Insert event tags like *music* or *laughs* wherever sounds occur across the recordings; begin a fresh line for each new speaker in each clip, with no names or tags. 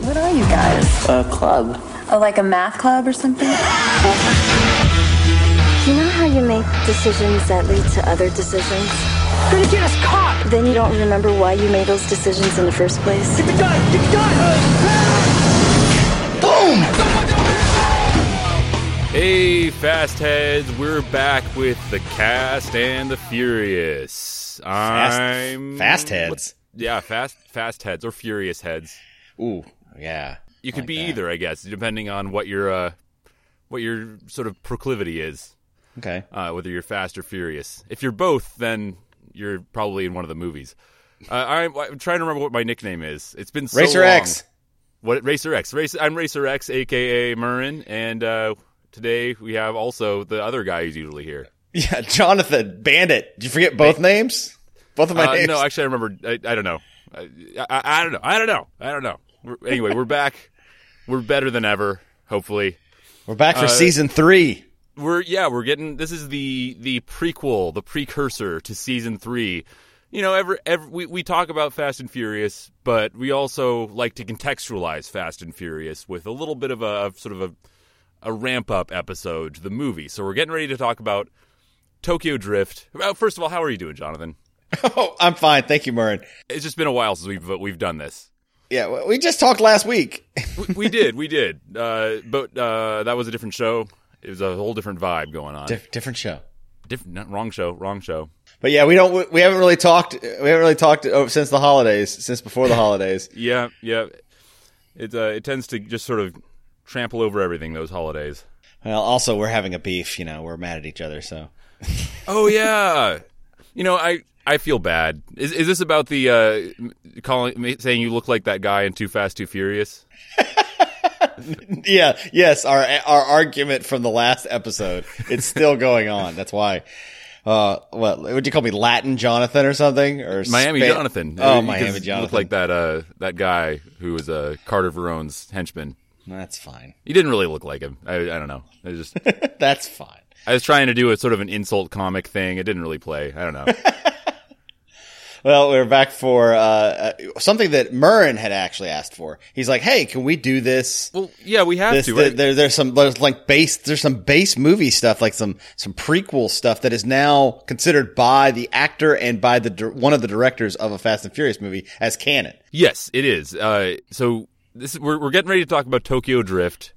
What are you guys?
A club.
Oh, like a math club or something?
Do you know how you make decisions that lead to other decisions?
Gonna get us caught!
Then you don't remember why you made those decisions in the first place.
Get the gun! Get the gun!
Boom! Hey, fast heads! We're back with the cast and the furious. I'm
fast, fast heads.
Yeah, fast fast heads or furious heads.
Ooh, yeah.
You could like be that. either, I guess, depending on what your uh, what your sort of proclivity is.
Okay.
Uh, whether you're fast or furious. If you're both, then you're probably in one of the movies. Uh, I'm, I'm, trying to remember what my nickname is. It's been so
Racer
long.
X. *laughs*
What Racer X? Race, I'm Racer X, aka Marin, and uh, today we have also the other guy who's usually here.
Yeah, Jonathan Bandit. Did you forget both Band- names? Both of my names.
Uh, No, actually, I remember. I, I don't know. I, I, I, don't know. I don't know. I don't know. We're, anyway, we're back. We're better than ever. Hopefully,
we're back for uh, season *laughs* three
we're yeah we're getting this is the the prequel the precursor to season three you know every, every we, we talk about fast and furious but we also like to contextualize fast and furious with a little bit of a of sort of a, a ramp up episode to the movie so we're getting ready to talk about tokyo drift well, first of all how are you doing jonathan
oh i'm fine thank you Murren.
it's just been a while since we've we've done this
yeah we just talked last *laughs* week
we, we, did we did uh, but uh, that was a different show it was a whole different vibe going on.
Dif- different show.
Different, wrong show, wrong show.
But yeah, we don't. We haven't really talked. We haven't really talked oh, since the holidays. Since before the *laughs* holidays.
yeah, yeah. It uh, it tends to just sort of trample over everything those holidays.
Well, also we're having a beef. You know, we're mad at each other. So.
oh yeah, you know I. I feel bad. Is is this about the uh, calling saying you look like that guy in Too Fast Too Furious?
yeah, yes, our our argument from the last episode. It's still going on. That's why. Uh, what would you call me, Latin Jonathan or something, or
Miami Spa- Jonathan?
Oh, Miami Jonathan
looked like that uh that guy who was uh, Carter Verone's henchman.
That's fine.
He didn't really look like him. I, I don't know. I just
that's fine.
I was trying to do a sort of an insult comic thing. It didn't really play. I don't know.
Well, we're back for uh, uh, something that Murren had actually asked for. He's like, "Hey, can we do this?"
*laughs* Well, yeah, we have
this,
to. Right?
The, there, there's some there's like base there's some base movie stuff, like some some prequel stuff that is now considered by the actor and by the one of the directors of a Fast and Furious movie as canon.
Yes, it is. Uh, so this we're we're getting ready to talk about Tokyo Drift,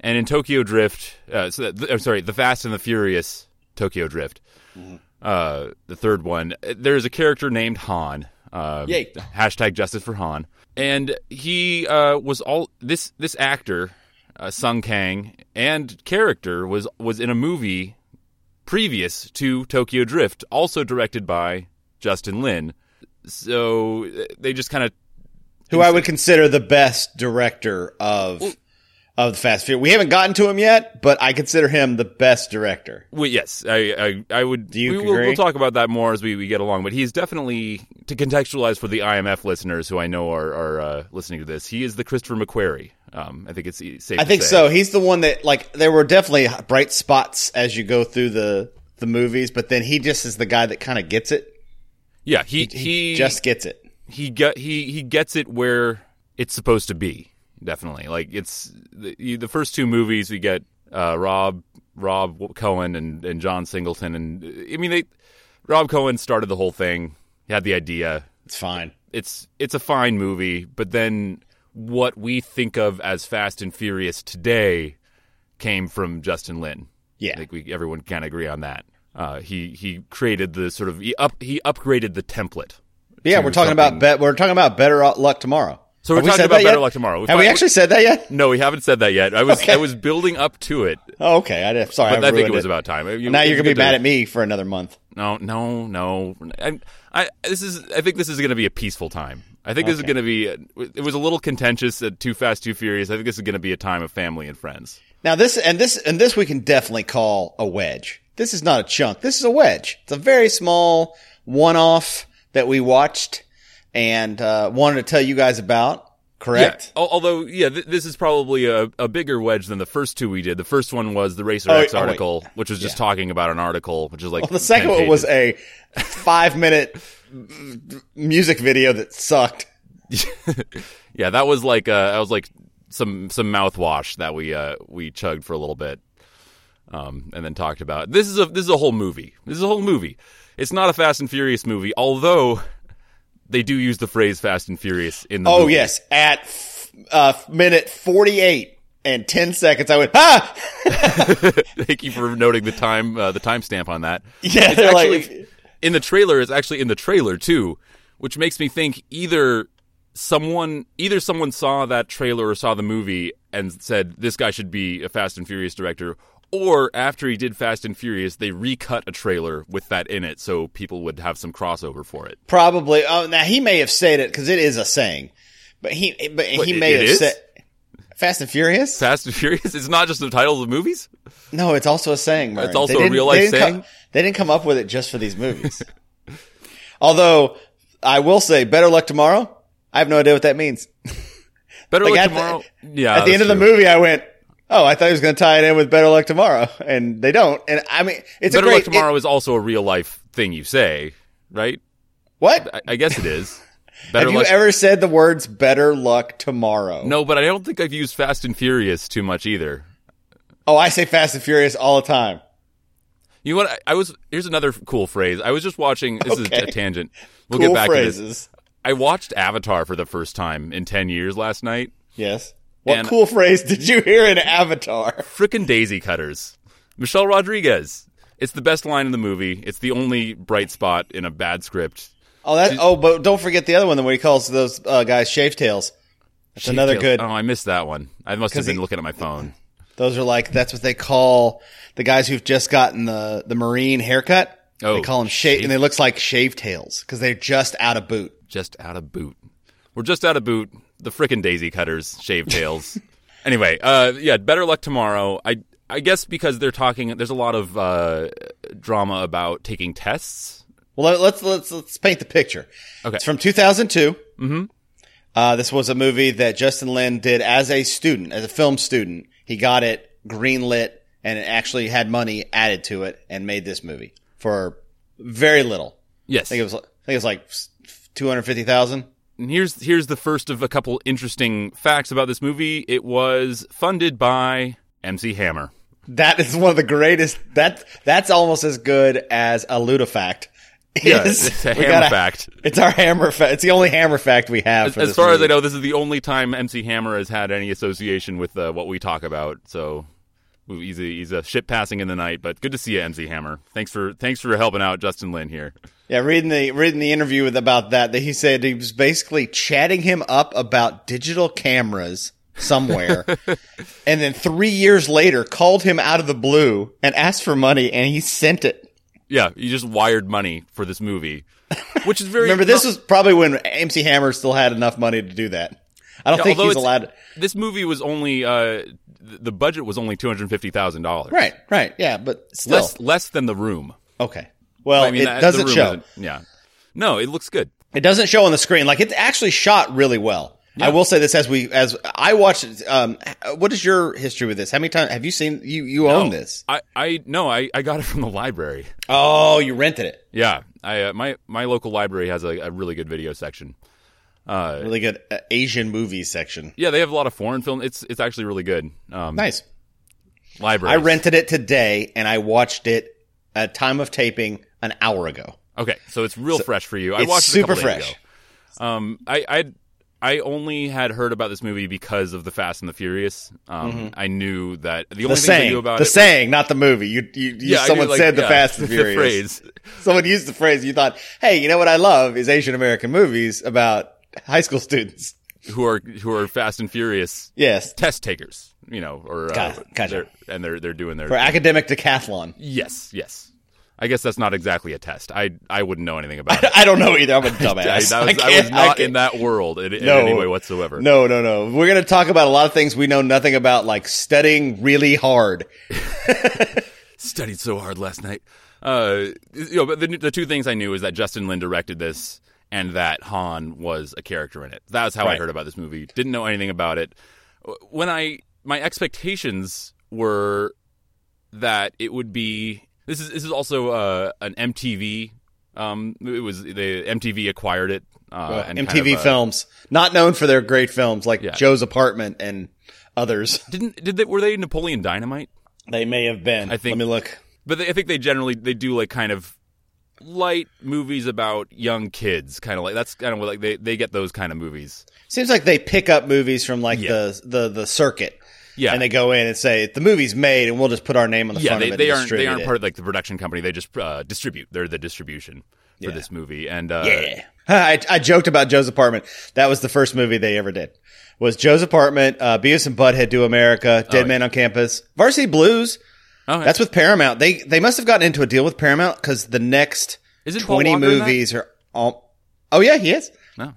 and in Tokyo Drift, uh, so that, I'm sorry, the Fast and the Furious Tokyo Drift. Mm-hmm. Uh, the third one, Uh, there is a character named Han. Uh,
Yay.
Hashtag justice for Han. And he uh, was all this this actor, uh, Sung Kang, and character was was in a movie previous to Tokyo Drift, also directed by Justin Lin. So uh, they just kind of
who I would consider the best director of. Well, of the Fast Furious. We haven't gotten to him yet, but I consider him the best director.
Well, yes, I, I, I would.
Do you
we,
agree?
We'll, we'll, talk about that more as we, we get along. But he's definitely to contextualize for the IMF listeners who I know are are uh, listening to this. He is the Christopher McQuarrie. Um, I think it's safe.
I think
say.
so. He's the one that like there were definitely bright spots as you go through the the movies, but then he just is the guy that kind of gets it.
Yeah, he,
he,
he,
he just gets it.
He get he he gets it where it's supposed to be definitely. Like it's the, the, first two movies we get uh, Rob Rob Cohen and, and John Singleton, and I mean they Rob Cohen started the whole thing. He had the idea.
It's fine.
It's it's a fine movie, but then what we think of as Fast and Furious today came from Justin Lin.
Yeah,
I think we everyone can agree on that. Uh, he he created the sort of he up he upgraded the template.
Yeah, we're talking something. about be- we're talking about better luck tomorrow.
So we're Have talking about better yet? luck tomorrow.
We Have we actually said that yet? *laughs*
No, we haven't said that yet. I was okay. I was building up to it.
Oh, okay. I, sorry,
but I, I think it was
it.
about time.
You, now you're gonna be mad to... at me for another month.
No, no, no. I, I this is I think this is gonna be a peaceful time. I think okay. this is gonna be. It was a little contentious at Too Fast, Too Furious. I think this is gonna be a time of family and friends.
Now this and this and this we can definitely call a wedge. This is not a chunk. This is a wedge. It's a very small one-off that we watched and uh, wanted to tell you guys about. Correct.
Yeah. Although, yeah, th- this is probably a, a, bigger wedge than the first two we did. The first one was the Racer oh, X article, oh, which was just yeah. talking about an article, which is like.
Well, *laughs* the second one was a five minute music video that sucked.
*laughs* yeah, that was like uh, that was like some some mouthwash that we uh, we chugged for a little bit, um, and then talked about. This is a this is a whole movie. This is a whole movie. It's not a Fast and Furious movie, although they do use the phrase Fast and Furious in the.
Oh
movie. *laughs*
yes, at f- uh, minute forty-eight and ten seconds, I went ah. *laughs*
Thank you for noting the time uh, the timestamp on that.
Yeah,
it's
they're
actually
like-
in the trailer. It's actually in the trailer too, which makes me think either someone either someone saw that trailer or saw the movie and said this guy should be a Fast and Furious director, or after he did Fast and Furious, they recut a trailer with that in it so people would have some crossover for it.
Probably. Oh, now he may have said it because it is a saying, but he but
What,
he
it-
may
it
have
is?
said Fast and Furious.
Fast and Furious. It's not just the titles of movies.
No, it's also a saying. Murray.
It's also
They
a
didn't-
real
they
life
didn't come-
saying?
they didn't come up with it just for these movies. *laughs* Although I will say, better luck tomorrow. I have no idea what that means.
Better
Like,
Luck
at the-
tomorrow. yeah,
At the end
that's
of the
true.
movie, I went, "Oh, I thought he was going to tie it in with better luck tomorrow," *laughs* and they don't. And I mean, it's
Better
a great
Luck Tomorrow
it-
is also a real life thing you say, right?
what?
I, I guess it is.
*laughs*
Better
have you
luck-
ever said the words "better luck tomorrow"?
No, but I don't think I've used Fast and Furious too much either.
Oh, I say Fast and Furious all the time.
You know what? I, I was here's another cool phrase. I was just watching. This is
Okay.
a tangent. We'll
cool
get back
phrases.
to this. I watched Avatar for the first time in ten years last night.
Yes. What
And-
cool phrase did you hear in Avatar?
Frickin' daisy cutters. Michelle Rodriguez. It's the best line in the movie. It's the only bright spot in a bad script.
Oh, that. Oh, but don't forget the other one, the way he calls those uh, guys shave tails. That's another
Shave
good.
tails. Oh, I missed that one. I must have
'Cause
been
he-
looking at my phone.
Those are like that's what they call the guys who've just gotten the the marine haircut.
Oh,
they call them shave, and they looks like shave tails because they're just out of boot.
just out of boot. We're just out of boot. The frickin' daisy cutters, shave tails. anyway, uh, yeah, better luck tomorrow. I I guess because they're talking. There's a lot of uh, drama about taking tests.
Well, let's let's let's paint the picture.
Okay.
it's from 2002. Mm-hmm. Uh, this was a movie that Justin Lin did as a student, as a film student. He got it greenlit and it actually had money added to it and made this movie for very little.
Yes.
I think it was I think it was like two hundred fifty thousand.
And here's here's the first of a couple interesting facts about this movie. It was funded by MC Hammer.
That is one of the greatest. That that's almost as good as a luda fact.
Yeah,
Is-
it's a
we
hammer fact.
It's our hammer fact. It's the only hammer fact we have.
As,
for
as
this
far as
movie.
I know, this is the only time MC Hammer has had any association with uh, what we talk about. So he's a, he's a ship passing in the night, but good to see you, MC Hammer. Thanks for thanks for helping out, Justin Lin here.
Yeah, reading the reading the interview with about that that he said he was basically chatting him up about digital cameras
*laughs*
somewhere, and then three years later called him out of the blue and asked for money, and he sent it.
Yeah, you just wired money for
*laughs*
this movie, which is very.
Remember, this was probably when MC Hammer still had enough money to do that. I don't
Yeah,
think
although
he's
it's-
allowed.
This movie was only uh, th- the budget was only two hundred fifty thousand dollars.
Right, right, yeah, but still,
less less than the room.
okay. Well,
I mean,
Oh, it
that- the
doesn't
room
show.
isn't- Yeah, no, it looks good.
It doesn't show on the screen. Like it's actually shot really well. I will say this as we as I watched. it, Um, what is your history with this? How many times have you seen you you own this?
Oh, I I no, I I got it from the library.
Oh, you rented it.
Yeah, I uh, my my local library has a, a really good video section.
Really good uh, Asian movie section.
Yeah, they have a lot of foreign film. It's it's actually really good. Um,
Nice.
library.
I rented it today and I watched it at time of taping an hour ago.
Okay, so it's real fresh for you. I
it's
watched it a couple
super
days
fresh.
ago. Um, I I I only had heard about this movie because of the Fast and the Furious. Um, I knew that the,
Mm-hmm. The
only thing I knew
saying,
about
the
it was-
saying, not the movie. You, you, you
Yeah, I knew,
someone
like,
said the
yeah,
Fast and
*laughs* the
Furious.
phrase.
Someone used the phrase. You thought, hey, you know what I love is Asian American movies about high school students.
who are who are Fast and Furious
Yes,
test takers, you know, or uh,
Got- gotcha.
they're- and they're they're doing their
for academic decathlon.
yes yes. I guess that's not exactly a test. I I wouldn't know anything
*laughs*
about it.
I don't know
*laughs*
either. I'm a
I,
dumbass.
that was, I,
can't-
was not
can't-
in that world in, in
No.
any way whatsoever.
No, no, no. We're going to talk about a lot of things we know nothing about, like studying really hard.
Studied so hard last night. Uh, you know, but the, the two things I knew is that Justin Lin directed this and that Han was a character in it. That's how I
Right.
heard about this movie. Didn't know anything about it. When I my expectations were that it would be this is this is also uh, an MTV. Um, it was the MTV acquired it Uh, and
MTV
kind of a-
films, not known for their great films like
Yeah.
Joe's Apartment and others. *laughs*
Didn't did they were they Napoleon Dynamite?
They may have been.
I think-
Let me look.
But they, I think they generally they do like kind of light movies about young kids, kind of like that's kind of what like they they get those kind of movies.
Seems like they pick up movies from like
Yeah.
the, the the circuit.
Yeah.
And they go in and say the movie's made, and we'll just put our name on the
yeah,
front
they,
of it.
they
and
aren't they
distribute
aren't
it.
part of like the production company. They just uh, distribute. They're the distribution for this movie. And uh,
Yeah. *laughs* I, I joked about Joe's Apartment. That was the first movie they ever did. Was Joe's Apartment, uh, Beavis and Butthead Do America, Dead Man on Campus, Varsity Blues.
Oh, yeah.
That's with Paramount. They they must have gotten into a deal with Paramount because the next
Isn't Paul
twenty
Walker in that?
movies are all. Oh yeah, he is.
no,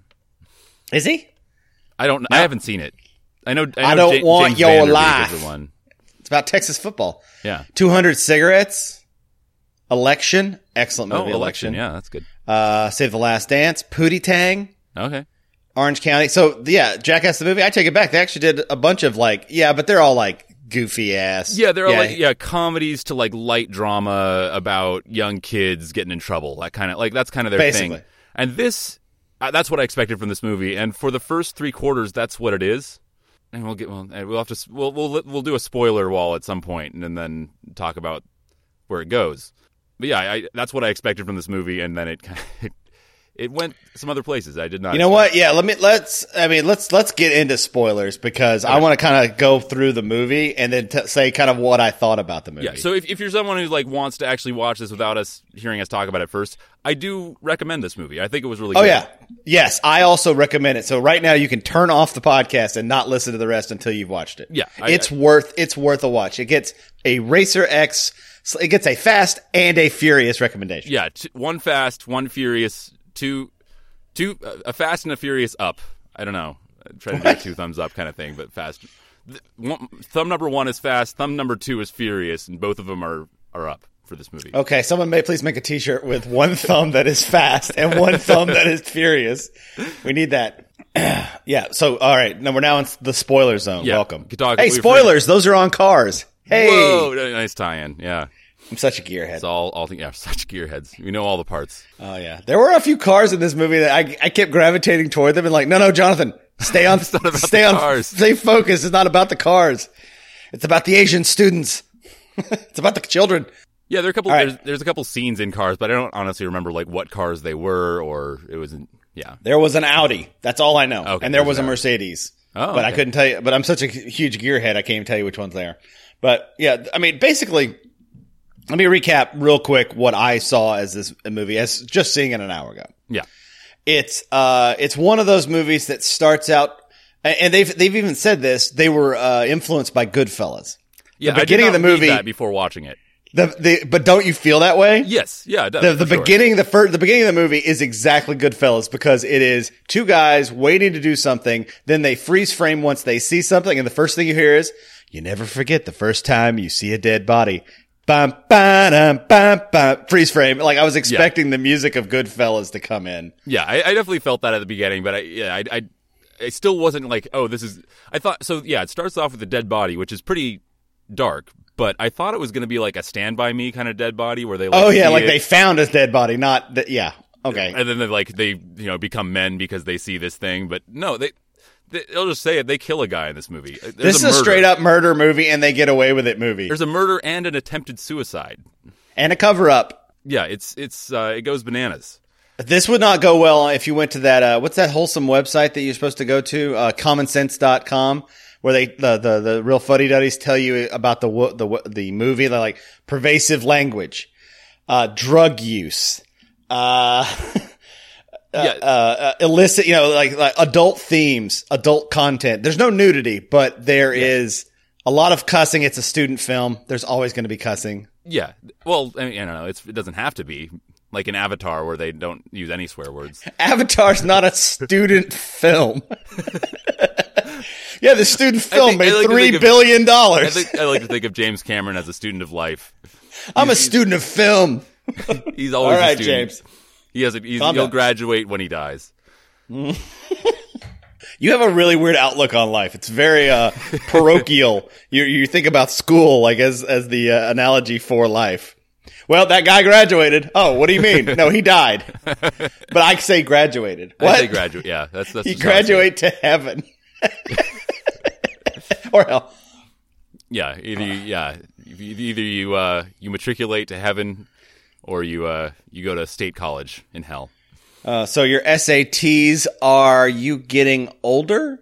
Is he?
I don't. I haven't seen it. I know. I, know
I don't
Ja-
want
James
your
Vanderbeek is
life.
The one.
It's about Texas football.
Yeah.
Two hundred cigarettes. Election, excellent
Oh,
movie.
election. Yeah, that's good.
Uh, Save the Last Dance, Pootie Tang,
Okay.
Orange County. So yeah, Jackass the movie. I take it back. They actually did a bunch of like yeah, but they're all like goofy ass.
Yeah, there are like yeah comedies to like light drama about young kids getting in trouble. That kind of like that's kind of their
Basically.
thing. And this, uh, that's what I expected from this movie. And for the first three quarters, that's what it is. And we'll get well. and We'll have to s- we'll we'll we'll do a spoiler wall at some point, and then talk about where it goes. But yeah, I, I, that's what I expected from this movie, and then it *laughs* kind of, it went some other places. I did not.
You know what? Yeah, let me let's. I mean, let's let's get into spoilers because I want to kind of go through the movie and then t- say kind of what I thought about the movie.
Yeah. So if, if you're someone who like wants to actually watch this without us hearing us talk about it first, I do recommend this movie. I think it was really.
oh
good.
yeah, yes, I also recommend it. So right now you can turn off the podcast and not listen to the rest until you've watched it.
Yeah, I-
it's
I-
worth it's worth a watch. It gets a Racer X. It gets a fast and a furious recommendation.
Yeah, t- one fast, one furious, two, two uh, a fast and a furious up. I don't know. I'm trying to do two thumbs up kind of thing, but fast. Th- one, thumb number one is fast. Thumb number two is furious, and both of them are are up for this movie.
Okay, someone may please make a T-shirt with one *laughs* thumb that is fast and one thumb that is furious. We need that. *clears throat* yeah. So, all right. Now we're now in the spoiler zone.
Yeah,
Welcome.
good dog.
hey,
We-
spoilers. Those are on cars. Hey,
Whoa, n- nice tie-in. Yeah,
I'm such a gearhead.
it's all all yeah, such gearheads. We know all the parts.
Oh yeah, there were a few cars in this movie that I, I kept gravitating toward them and like, no, no, Jonathan, stay
*laughs*
on,
not about
stay
the
on, *laughs*
cars.
stay focused. It's not about the cars. It's about the Asian students. *laughs* it's about the children.
Yeah, there are a couple.
All right.
There's, there's a couple scenes in cars, but I don't honestly remember like what cars they were or it was. in- Yeah,
There was an Audi. That's all I know.
Okay,
and there
there's
was a
an Audi.
Mercedes.
Oh,
but I
okay.
couldn't tell you. But I'm such a huge gearhead, I can't even tell you which ones they are. But yeah, I mean, basically, let me recap real quick what I saw as this movie, as just seeing it an hour ago.
yeah.
It's uh, it's one of those movies that starts out, a- and they've they've even said this. They were uh, influenced by Goodfellas.
Yeah,
the beginning
I
of
did
the
not read
movie.
that before watching it.
The, the but don't you feel that way?
Yes, yeah, it does,
the, the
for sure.
beginning the first the beginning of the movie is exactly Goodfellas because it is two guys waiting to do something. Then they freeze frame once they see something, and the first thing you hear is "You never forget the first time you see a dead body." Bum, ba-dum, bum, bum. Freeze frame. Like I was expecting the music of Goodfellas to come in.
Yeah, I, I definitely felt that at the beginning, but I yeah, I, I I still wasn't like, oh, this is. I thought so. Yeah, it starts off with a dead body, which is pretty dark. But I thought it was going to be like a Stand By Me kind of dead body where they like,
Oh yeah,
see
like
it,
they found his dead body. Not that. Yeah. Okay.
and then they like they you know become men because they see this thing. But no, they, they they'll just say it. They kill a guy in this movie. There's
This is a
murder.
straight up murder movie, and they get away with it movie
There's a murder and an attempted suicide.
and a cover up.
Yeah, it's it's uh, it goes bananas.
This would not go well if you went to that uh, what's that wholesome website that you're supposed to go to uh, commonsense.com where they the the, the real fuddy duddies tell you about the wo- the wo- the movie they're like pervasive language uh, drug use uh,
yeah,
uh, illicit you know like, like adult themes adult content there's no nudity but there is a lot of cussing it's a student film there's always going to be cussing
yeah. Well, I, mean, I don't know. It's, it doesn't have to be like an Avatar where they don't use any swear words.
Avatar's not a student film. *laughs* yeah, the student film
think- I
made
like to
three
think of-
billion
I,
dollars.
think, I like to think of James Cameron as a student of life.
I'm a student of film.
He's always
All
a
right,
student.
James.
He has a, he's,
Calm
he'll
down.
graduate when he dies.
You have a really weird outlook on life. It's very
*laughs*
uh, parochial. you you think about school like as as the uh, analogy for life. Well, that guy graduated. Oh, what do you mean? no, he
*laughs*
died. But I say graduated. What?
I say graduate. Yeah, that's that's
you
just how I see it.
graduate to heaven *laughs* or hell.
Yeah, either you, yeah, If you- either you uh, you matriculate to heaven, or you uh, you go to state college in hell.
Uh, so your SATs are you getting
*laughs*
older?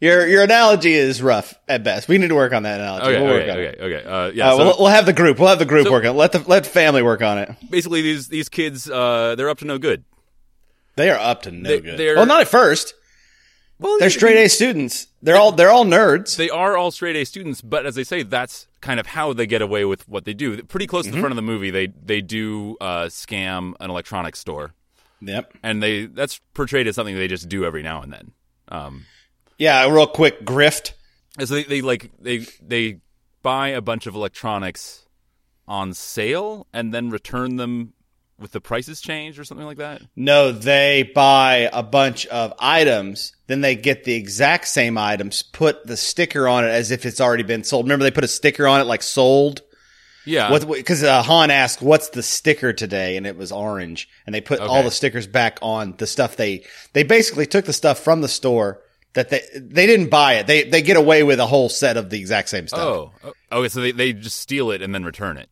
your your analogy is rough at best. We need to work on that analogy.
Okay,
we'll work
okay,
on it.
okay, okay. Uh, yeah,
Uh,
so
we'll, we'll have the group. We'll have the group
So-
work on it. Let the let family work on it.
basically these these kids uh, they're up to no good.
They are up to no
They-
good.
they're-
well, not at first.
Well,
They're straight A students. They're all they're all nerds.
They are all straight A students, but as they say, that's kind of how they get away with what they do. Pretty close
Mm-hmm.
to the front of the movie, they they do uh, scam an electronics store,
yep.
and they that's portrayed as something they just do every now and then. Um,
Yeah. A real quick grift.
And so they, they like they they buy a bunch of electronics on sale and then return them with the prices change or something like that.
No, they buy a bunch of items, then they get the exact same items, put the sticker on it as if it's already been sold. Remember, they put a sticker on it like sold.
Yeah.
What? Because uh, Han asked, "What's the sticker today?" and it was orange, and they put all
Okay.
the stickers back on the stuff they they basically took the stuff from the store that they they didn't buy it. They they get away with a whole set of the exact same stuff.
oh. oh, Okay, so they, they just steal it and then return it.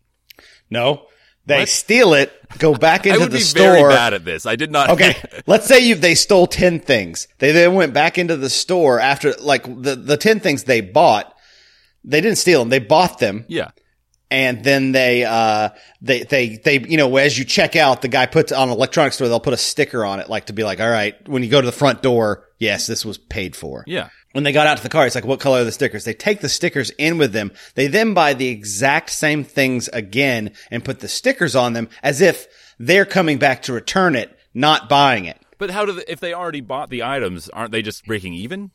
no, they
What?
steal it, go back
*laughs* I
into
would
the
be
store.
very bad at this. I did not
Okay, let's say you they stole ten things. They then went back into the store after like the the ten things they bought. They didn't steal them. They bought them,
*laughs* yeah.
and then they uh they they they you know as you check out, the guy puts on an electronics store. They'll put a sticker on it, like to be like, all right, when you go to the front door, yes, this was paid for.
Yeah.
When they got out to the car, it's like, what color are the stickers? They take the stickers in with them. They then buy the exact same things again and put the stickers on them as if they're coming back to return it, not buying it.
But how do they, if they already bought the items, aren't they just breaking even?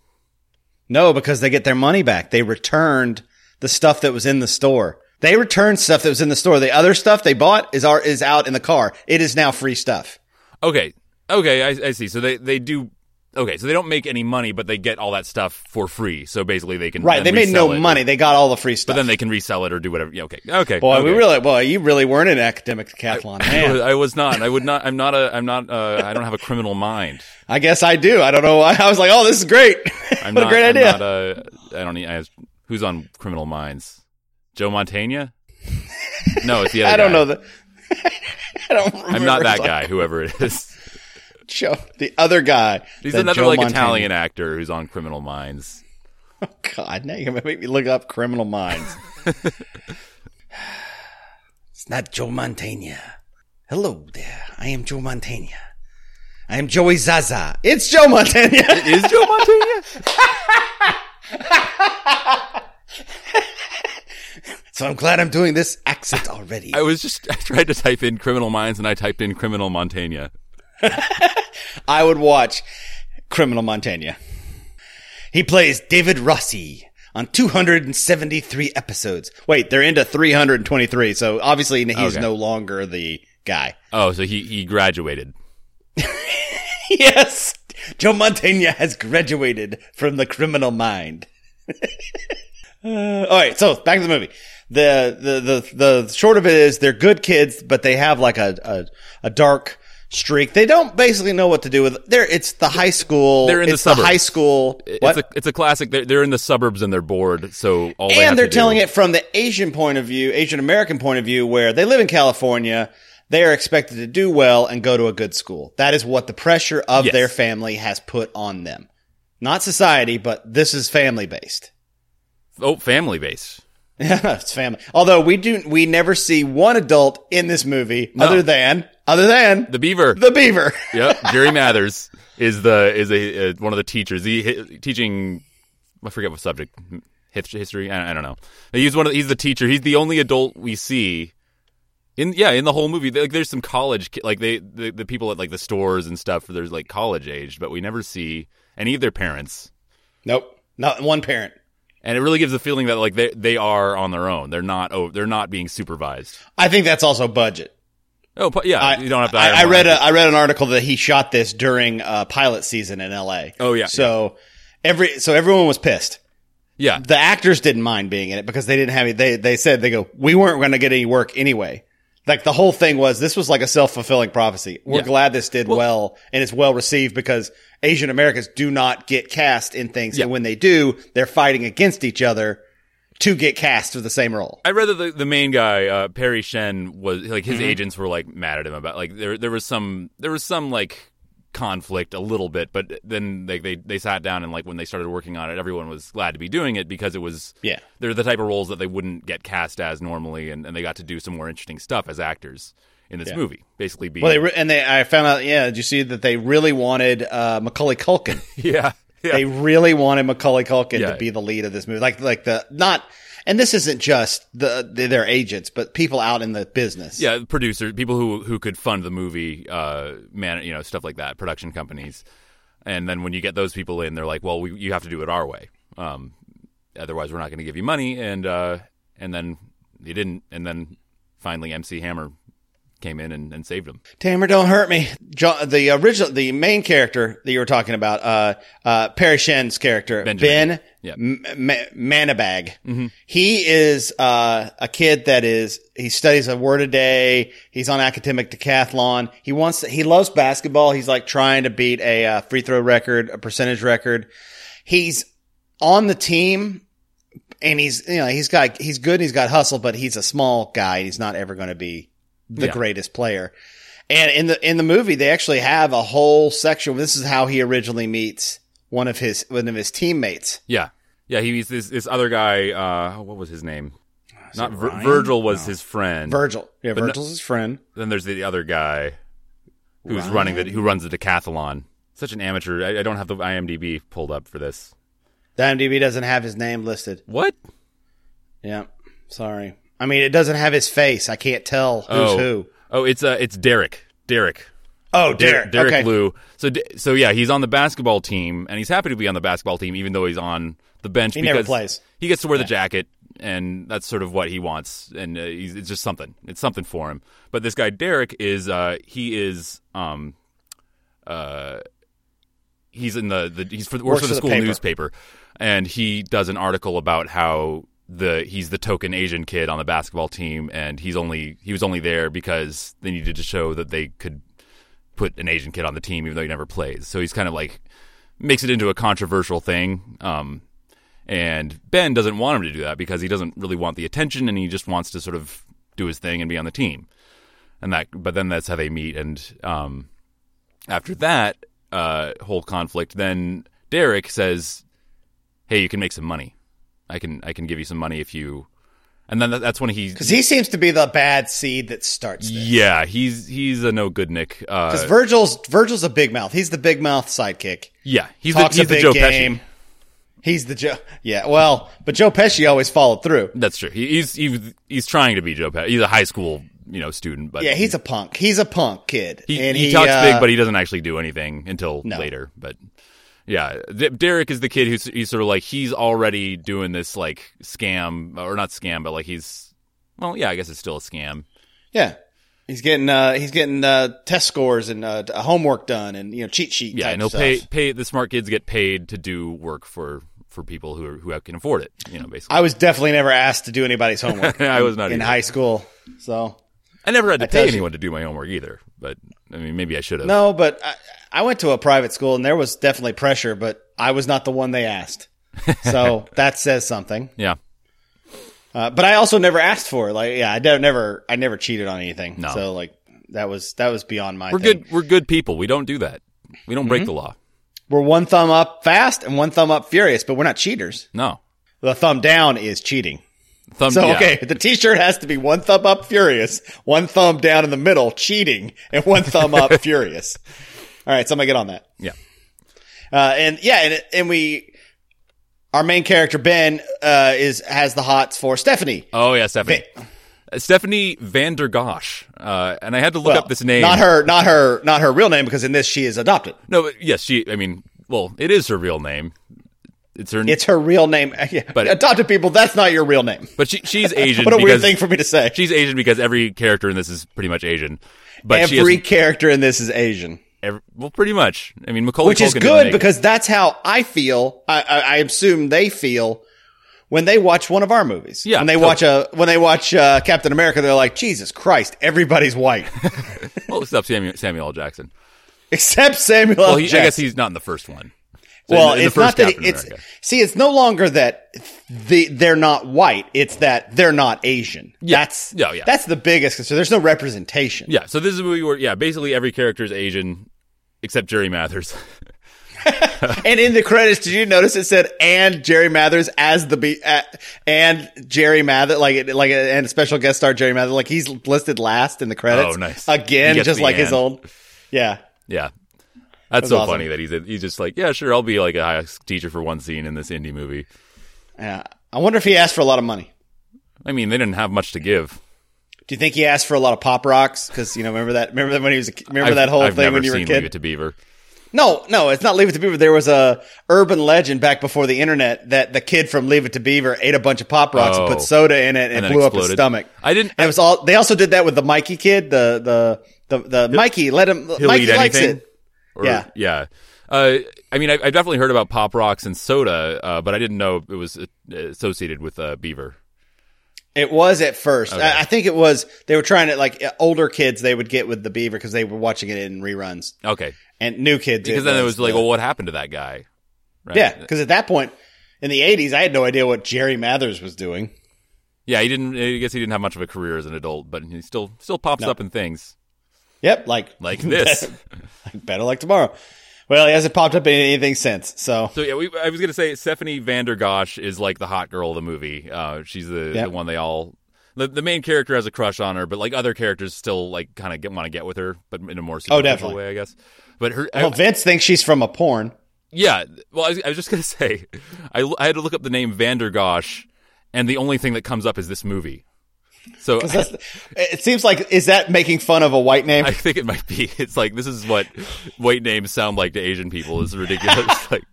No, because they get their money back. They returned the stuff that was in the store. They returned stuff that was in the store. The other stuff they bought is are, is out in the car. It is now free stuff.
Okay. Okay, I, I see. So they, they do Okay, so they don't make any money, but they get all that stuff for free. So basically they can
Right.
then
they made
resell
no
it.
money. They got all the free stuff.
But then they can resell it or do whatever. Yeah, okay. Okay.
boy, we
okay.
really boy, you really weren't an academic decathlon. man.
*laughs* I was not. I would not. I'm not a. I'm not. Uh, I don't have a
*laughs*
criminal mind.
I guess I do. I don't know why. I was like, oh, this is great. *laughs*
I'm
what
not,
a great
I'm
idea.
Not a, I don't. Need, I, who's on Criminal Minds? Joe Montana? No, it's the other.
*laughs* I don't
guy.
know that. I don't. Remember.
I'm not
It's
that
like,
guy. Whoever it is,
*laughs* Joe, the other guy.
he's
that
another
Joe
like
Montana-
Italian actor who's on Criminal Minds.
God, now you're gonna make me look up Criminal Minds. it's not Joe Montana. Hello there. I am Joe Montana. I am Joey Zaza. It's Joe Montana.
Is Joe Montana?
*laughs* so I'm glad I'm doing this accent already.
I was just. I tried to type in Criminal Minds and I typed in Criminal Montana.
I would watch Criminal Montana. He plays David Rossi on 273 episodes. Wait, they're into 323, so obviously he's
Okay.
no longer the guy.
Oh, so he he graduated.
yes, Joe Montana has graduated from the criminal mind. *laughs* Uh, all right, so back to the movie. The, the the the short of it is they're good kids, but they have like a a, a dark streak. They don't basically know what to do with. They're it's the high school.
They're in the
it's
suburbs.
high school.
It's a it's a classic. They're, they're in the suburbs and they're bored. So all they have
and they're
to do-
telling it from the Asian point of view, Asian American point of view, where they live in California. They are expected to do well and go to a good school. That is what the pressure of
Yes.
their family has put on them. Not society, but this is family based.
Oh, family base.
*laughs* it's family. Although we do, we never see one adult in this movie other than, other than
The beaver.
the beaver. *laughs*
yep, Jerry Mathers is the is a uh, one of the teachers. He hi- teaching I forget what subject His- history. I, I don't know. He's one of the, he's the teacher. He's the only adult we see in yeah in the whole movie. Like there's some college ki- like they the, the people at like the stores and stuff. There's like college age, but we never see any of their parents.
nope. Not one parent.
And it really gives the feeling that like they they are on their own. They're not oh they're not being supervised.
I think that's also budget.
Oh but yeah,
I,
you don't have to.
I,
hire
I
them.
read a I read an article that he shot this during uh, pilot season in L.A.
Oh, yeah,
So every so everyone was pissed.
Yeah.
The actors didn't mind being in it because they didn't have any, they they said they go we weren't going to get any work anyway. Like the whole thing was this was like a self fulfilling prophecy. We're
Yeah.
glad this did well, and it's well received because Asian Americans do not get cast in things,
Yeah.
and when they do, they're fighting against each other to get cast for the same role.
I read that the, the main guy uh, Perry Shen was like
Mm-hmm.
his agents were like mad at him about like there there was some there was some like conflict a little bit, but then like they they sat down and like when they started working on it, everyone was glad to be doing it because it was
Yeah.
they're the type of roles that they wouldn't get cast as normally, and, and they got to do some more interesting stuff as actors in this movie. Basically, be
Well, they re- and they I found out. Yeah, did you see that they really wanted uh, Macaulay Culkin?
*laughs* yeah yeah
They really wanted Macaulay Culkin
Yeah.
to be the lead of this movie. Like, like the not, and this isn't just the, the their agents, but people out in the business.
yeah producers people who who could fund the movie uh man you know stuff like that production companies and then when you get those people in they're like well we, you have to do it our way um otherwise we're not going to give you money and uh and then they didn't and then finally mc hammer came in and, and saved him
Tamer, don't hurt me. John, the original, the main character that you were talking about, uh, uh, Perry Shen's character,
Benjamin.
Ben
Yeah. Mm-hmm.
M- Ma- Manabag. He is, uh, a kid that is, he studies a word a day. He's on academic decathlon. He wants, he loves basketball. He's like trying to beat a uh, free throw record, a percentage record. He's on the team and he's you know he's got he's good he's got hustle but he's a small guy he's not ever going to be the
Yeah.
greatest player and in the in the movie they actually have a whole section this is how he originally meets one of his one of his teammates
yeah yeah he was this this other guy uh what was his name not Vir- virgil was his friend
Virgil yeah
no-
Virgil's his friend
then there's the other guy who's running the who runs the decathlon such an amateur I, I don't have the imdb pulled up for this
the IMDb doesn't have his name listed
what
yeah sorry I mean it doesn't have his face I can't tell who's
oh.
who
Oh, it's uh, it's Derek. Derek.
oh
Derek. Derek
okay.
Liu. So D- so yeah, he's on the basketball team, and he's happy to be on the basketball team, even though he's on the bench.
He
because
never plays.
He gets to wear the jacket, and that's sort of what he wants, and uh, he's, it's just something. It's something for him. But this guy Derek is uh, he is um uh he's in the, the he's for, works, for the school
paper.
newspaper, and he does an article about how the he's the token Asian kid on the basketball team, and he's only he was only there because they needed to show that they could put an Asian kid on the team, even though he never plays. So he's kind of like makes it into a controversial thing. Um, and Ben doesn't want him to do that because he doesn't really want the attention, and he just wants to sort of do his thing and be on the team. And that, but then that's how they meet, and um, after that uh, whole conflict, then Derek says, "Hey, you can make some money. I can I can give you some money if you." And then that- that's when he,
because he seems to be the bad seed that starts this.
yeah, he's he's a no good Nick.
Because
Uh,
Virgil's Virgil's a big mouth. He's the big mouth sidekick.
yeah, he's the,
Talks
he's
a
the
big
Joe
game.
Pesci.
He's the Joe. Yeah, well, but Joe Pesci always followed through.
That's true. He, he's he's he's trying to be Joe Pesci. He's a high school you know student, but
Yeah, he's a punk. He's a punk kid.
he, he, talks
uh,
big, but he doesn't actually do anything until
No.
later. But yeah, D- Derek is the kid who's he's sort of like he's already doing this like scam or not scam, but like he's well, yeah, I guess it's still a scam.
yeah, he's getting uh, he's getting uh, test scores and uh, homework done and you know cheat sheet.
Yeah,
type
and he'll
stuff.
pay pay the smart kids get paid to do work for for people who are, who can afford it. You know, basically.
I was definitely never asked to do anybody's
*laughs*
homework.
I was not
in
either.
high school, so
I never had to
tell
pay
you-
anyone to do my homework either, but I mean, maybe I should have.
no. But I, I went to a private school, and there was definitely pressure, but I was not the one they asked.
*laughs*
So that says something.
Yeah.
Uh, but I also never asked for it. Like, yeah, I don't- never, I never cheated on anything.
No.
So like that was that was beyond my.
We're
thing.
good. We're good people. We don't do that. We don't break
Mm-hmm.
the law.
We're one thumb up fast and one thumb up furious, but we're not cheaters.
No.
The thumb down is cheating.
Thumb,
So
yeah.
okay, the T-shirt has to be one thumb up furious, one thumb down in the middle cheating, and one thumb
*laughs*
up furious. All right, so I'm gonna get on that.
Yeah.
Uh, and yeah, and, and we, our main character Ben uh, is has the hots for Stephanie.
Oh yeah, Stephanie. Uh, Stephanie Vandergosh. Uh, and I had to look up this name.
Not her, not her, not her real name, because in this she is adopted.
No, but yes, she. I mean, well, it is her real name. It's her.
It's her real name. *laughs*
But-
But adopted people, that's not your real *laughs* name.
but she, she's Asian.
What a weird
because-
thing for me to say.
She's Asian because every character in this is pretty much Asian. But she
Every
has,
character in this is Asian,
every, well, pretty much. I mean, Macaulay
which is
Culkin didn't
good
make-
because that's how I feel. I, I, I assume they feel when they watch one of our movies.
Yeah,
when they
totally.
watch a when they watch uh, Captain America, they're like, Jesus Christ, everybody's white *laughs*
Well, except Oh, Samuel, Samuel L. Jackson.
except Samuel. L.
Well, he, I
Jackson.
guess he's not in the first one. So in
well,
the- in the
it's not
first
that
Captain
it's
America.
see, it's no longer that the they're not white. It's that they're not Asian.
Yeah.
That's
Yeah, yeah.
That's the biggest concern. There's no representation.
Yeah, so this is a movie where yeah, basically every character is Asian except Jerry Mathers. *laughs*
And in the credits, did you notice it said and Jerry Mathers as the be uh, and Jerry Mathers like it- like uh, and special guest star Jerry Mathers like he's listed last in the credits.
Oh, nice. He
Again,
gets
just
the
like his
and.
old. Yeah.
yeah. That's
That's
so
awesome.
funny that he's he's just like, yeah, sure, I'll be like a high school teacher for one scene in this indie movie.
Yeah. I wonder if he asked for a lot of money.
I mean, they didn't have much to give.
Do you think he asked for a lot of pop rocks? Because you know, remember that. Remember that when he was. A, ki- remember
I've-
that whole
I've
thing
never
when you were a
seen
kid.
Leave It to Beaver.
No, no, it's not Leave It to Beaver. There was a urban legend back before the internet that the kid from Leave It to Beaver ate a bunch of pop rocks and
Oh.
put soda in it
And
and,
then
blew up his
exploded.
stomach.
I didn't-
And it was all. They also did that with the Mikey kid. The the the the Mikey let him.
He'll
Mikey
eat
likes
anything.
it.
Or-
Yeah.
yeah. Uh, I mean, I, I've definitely heard about Pop Rocks and soda, uh, but I didn't know it was uh, associated with uh, Beaver.
It was at first. I, I think it was. They were trying to like older kids. They would get with the Beaver because they were watching it in reruns
Okay,
and new kids.
because then it was like,
the-
well, what happened to that guy? Right?
yeah. Because at that point in the eighties, I had no idea what Jerry Mathers was doing.
yeah. He didn't. I guess he didn't have much of a career as an adult, but he still still pops up in things
Yep, like *laughs*
like this.
Better like tomorrow. Well, he hasn't popped up in anything since. So
So yeah, we, I was gonna say Stephanie Vandergosh is like the hot girl of the movie. Uh, she's the,
Yeah.
the one they all. The, the main character has a crush on her, but like other characters still like kind of get, want to get with her, but in a more superficial
Oh, definitely. Oh,
way, I guess. But her,
well, Vince thinks she's from a porn.
yeah. Well, I was, I was just gonna *laughs* say, I, l- I had to look up the name Vandergosh, and the only thing that comes up is this movie. So
That's- it seems like is that making fun of a white name?
I think it might be. *laughs* It's like this is what white names sound like to Asian people. It's ridiculous.
*laughs*
like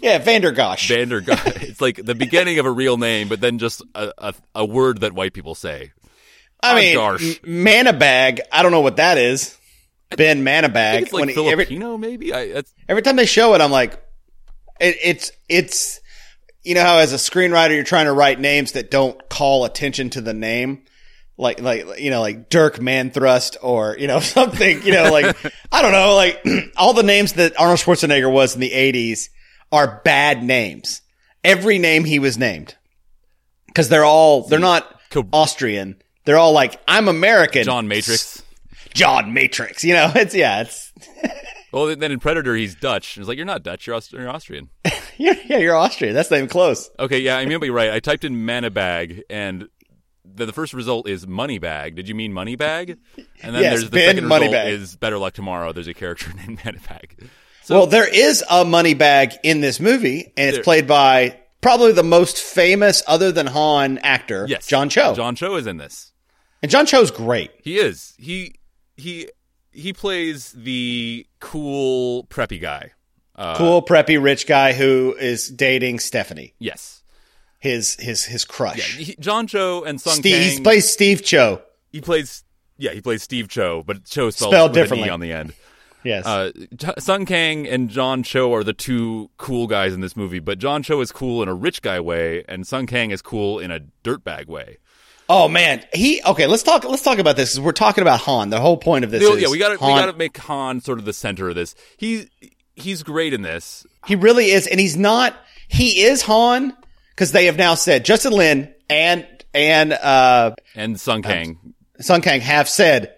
yeah, Vandergosh.
Vandergosh. *laughs* It's like the beginning of a real name, but then just a, a, a word that white people say.
I mean,
Vandergosh.
M- Manabag. I don't know what that is. Ben
I
Manabag.
think it's like
he- every,
Filipino, maybe. I, that's,
every time they show it, I'm like, it, it's it's you know how as a screenwriter you're trying to write names that don't call attention to the name. Like, like, you know, like Dirk Mantrust or, you know, *laughs* something, you know,
*laughs*
like, I don't know, like *clears throat* all the names that Arnold Schwarzenegger was in the 80s are bad names. Every name he was named. Cause they're all, they're not
Co-
Austrian. They're all like, I'm American.
John Matrix.
John Matrix. You know, *laughs* it's, yeah, it's,
Well, then in Predator, he's Dutch. It's like you're not Dutch. You're, Aust- you're Austrian.
yeah, yeah, you're Austrian. That's not even close.
Okay, yeah, I may be right. I typed in manabag, and the, the first result is money bag. Did you mean money bag? And then
Yes,
there's the
Ben
second result
Moneybag.
is better luck tomorrow. There's a character *laughs* named manabag.
well, there is a money bag in this movie, and it's
There-
played by probably the most famous, other than Han, actor,
Yes,
John Cho.
John Cho is in this.
and John Cho's great.
He is. He he he plays the cool preppy guy. Uh,
cool, preppy, rich guy who is dating Stephanie,
Yes,
his his his
yeah.
crush.
He, John Cho and Sung
Steve, he
Kang-
plays Steve Cho.
He plays. Yeah, he plays Steve Cho, but Cho spelled,
Spelled
with an E
differently.
on the end.
Yes.
Uh, T- Sung Kang and John Cho are the two cool guys in this movie, but John Cho is cool in a rich guy way, and Sung Kang is cool in a dirtbag way.
oh man, he okay. Let's talk. Let's talk about this 'cause we're talking about Han. The whole point of this
So,
is
yeah, we gotta
Han-
we gotta make Han sort of the center of this. He he's great in this.
He really is, and he's not. He is Han because they have now said Justin Lin and and uh
And Sung Kang,
Sun Kang have said,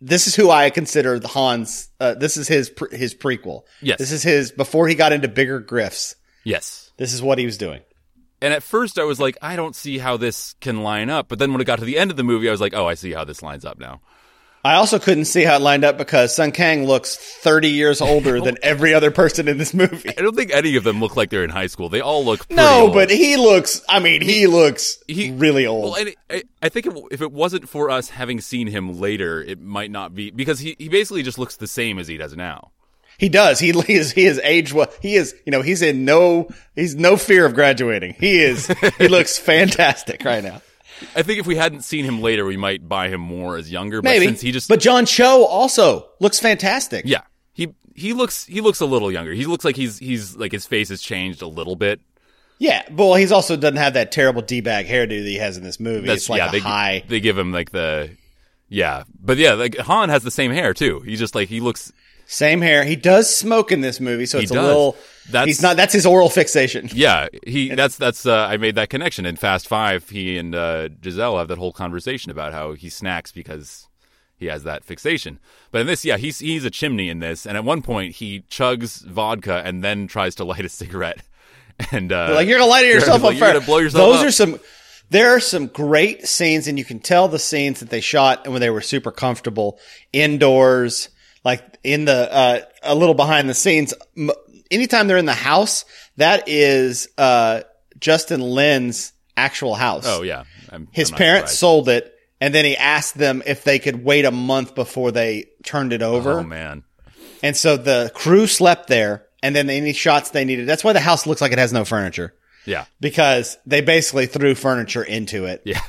"This is who I consider the Hans. Uh, this is his pre- his prequel.
Yes.
this is his before he got into bigger grifts.
yes.
This is what he was doing.
And at first, I was like, I don't see how this can line up. But then when it got to the end of the movie, I was like, oh, I see how this lines up now.
I also couldn't see how it lined up because Sun Kang looks thirty years older
*laughs*
than every other person in this movie.
I don't think any of them look like they're in high school. They all look pretty
No,
old.
but he looks. I mean, he looks
he-
really old.
Well, and it- I, I think it, if it wasn't for us having seen him later, it might not be because he, he basically just looks the same as he does now.
He does. He is. He is age. Well, he is. You know, he's in no. He's no fear of graduating. He is. he
*laughs*
looks fantastic right now.
I think if we hadn't seen him later, we might buy him more as younger.
Maybe.
but since he just
but John Cho also looks fantastic.
yeah he he looks he looks a little younger. He looks like he's he's like his face has changed a little bit.
Yeah, but well, he's also doesn't have that terrible d bag hairdo that he has in this movie. it's like
yeah,
a
they,
high.
They give him like the yeah, but yeah, like Han has the same hair too. He just like he looks
Same hair. He does smoke in this movie, so
He
it's a
does.
little.
That's-
he's not. That's his oral fixation.
yeah. He that's that's uh, I made that connection in Fast Five. He and uh, Giselle have that whole conversation about how he snacks because he has that fixation. But in this, yeah, he's he's a chimney in this, and at one point he chugs vodka and then tries to light a cigarette. *laughs* And uh,
Like you're gonna light it yourself
like,
on
you're
fire.
gonna blow yourself
Those
up.
are some. There are some great scenes, and you can tell the scenes that they shot when they were super comfortable indoors, like in the uh, a little behind the scenes. M- Anytime they're in the house, that is uh, Justin Lin's actual house.
oh yeah, I'm,
His
I'm not
parents
surprised.
sold it, and then he asked them if they could wait a month before they turned it over.
Oh man,
And so the crew slept there, and then any shots they needed. That's why the house looks like it has no furniture
yeah,
because they basically threw furniture into it.
Yeah.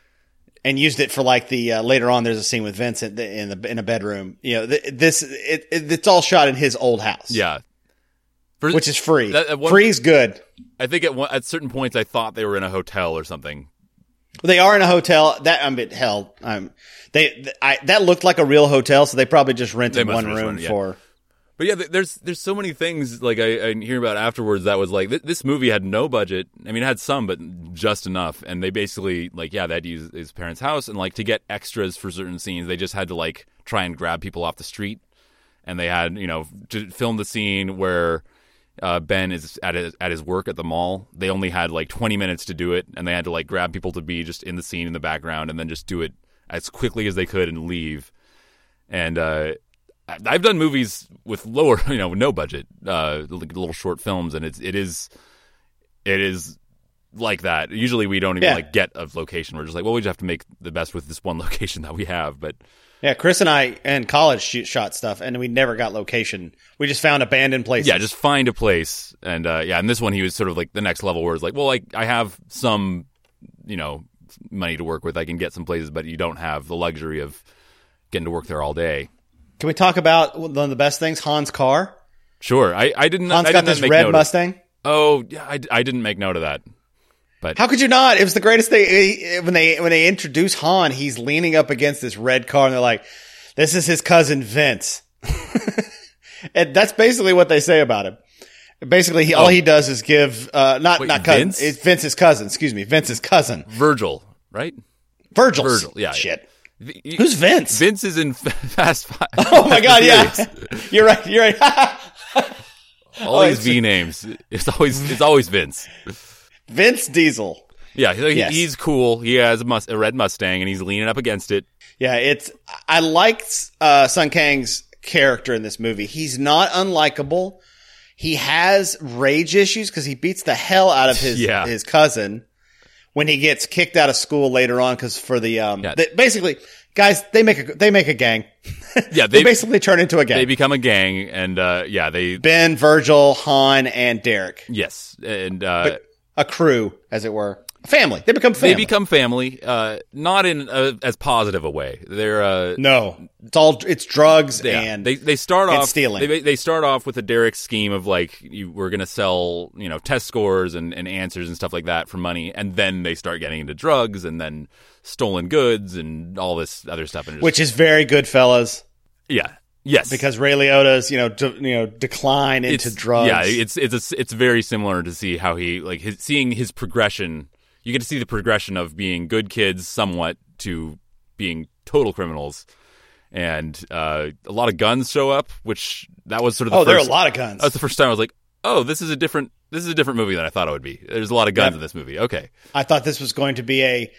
*laughs* and used it for like the uh, later on. There's a scene with Vincent th- in the in a bedroom. You know, th- this it, it, it's all shot in his old house.
yeah. For-
Which is free.
That- at one-
Free's good.
I think at one, at certain points I thought they were in a hotel or something.
They are in a hotel. That I mean, hell, um, they th- I, that looked like a real hotel, so they probably just
They
rented
must
one
have
room
just rented, yeah.
for.
But yeah, th- there's there's so many things like I, I hear about afterwards that was like th- this movie had no budget. I mean, it had some, but just enough. And they basically like yeah, they had to use his parents' house and like to get extras for certain scenes, they just had to like try and grab people off the street. And they had you know to film the scene where uh, Ben is at his, at his work at the mall. They only had like 20 minutes to do it, and they had to like grab people to be just in the scene in the background, and then just do it as quickly as they could and leave. And uh, I- I've done movies with lower, *laughs* you know, no budget, uh, like little short films, and it's it is it is like that. Usually, we don't even
Yeah.
like get a location. We're just like, well, we just have to make the best with this one *laughs* location that we have. But
Yeah, Chris and I in college shoot, shot stuff, and we never got location. We just found abandoned places.
yeah, just find a place, and uh, yeah, and this one he was sort of like the next level, where it's like, well, I I have some, you know, money to work with. I can get some places, but you don't have the luxury of getting to work there all day.
Can we talk about one of the best things? Hans' car.
Sure, I I didn't.
Hans
I
got
didn't
this
make
red
note of-
Mustang.
Oh, yeah, I, I didn't make note of that.
How could you not? It was the greatest thing. He- When they when they introduce Han, he's leaning up against this red car, and they're like, "This is his cousin Vince." *laughs* and that's basically what they say about him. Basically, he, all he does is give uh, not
Oh. Wait,
not cousin.
Vince?
It's Vince's cousin. Excuse me, Vince's cousin,
Virgil, right?
Virgil.
Virgil, yeah, yeah.
Shit.
V- you-
Who's Vince?
Vince is in *laughs* Fast Five.
*laughs* Oh my
*laughs*
god, yeah. *laughs* You're right. You're right. *laughs* Oh,
All these
it's-
V names. It's always it's always Vince.
Vince Diesel.
Yeah, he-
Yes.
he's cool. He has a, mus- a red Mustang and he's leaning up against it.
Yeah, it's I liked uh Sun Kang's character in this movie. He's not unlikable. He has rage issues because he beats the hell out of his
*laughs* Yeah.
his cousin when he gets kicked out of school later on because for the um
Yeah.
they, basically guys they make a they make a gang.
*laughs*
They,
Yeah, they they,
basically turn into a gang.
become a gang and uh, yeah, they
ben, Virgil, Han, and Derek,
yes and uh,
a crew as it were, a family. They become family.
they become family. Uh, not in a, as positive a way. They're uh,
no, it's all it's drugs
Yeah.
and
they they start
and
off
stealing.
They, they start off with the Derek scheme of like you, we're gonna sell you know test scores and, and answers and stuff like that for money, and then they start getting into drugs and then stolen goods and all this other stuff. And just,
which is very good, fellas.
yeah, yes,
because Ray Liotta's you know de- you know decline into drugs.
Yeah, it's it's a, it's very similar to see how he like his, seeing his progression. You get to see the progression of being good kids somewhat to being total criminals. And uh, a lot of guns show up, which that was sort of the
oh, there are a
first-
lot of guns.
That's the first time I was like, "Oh, this is a different this is a different movie than I thought it would be." There's a lot of guns
Yeah.
in this movie. Okay,
I thought this was going to be a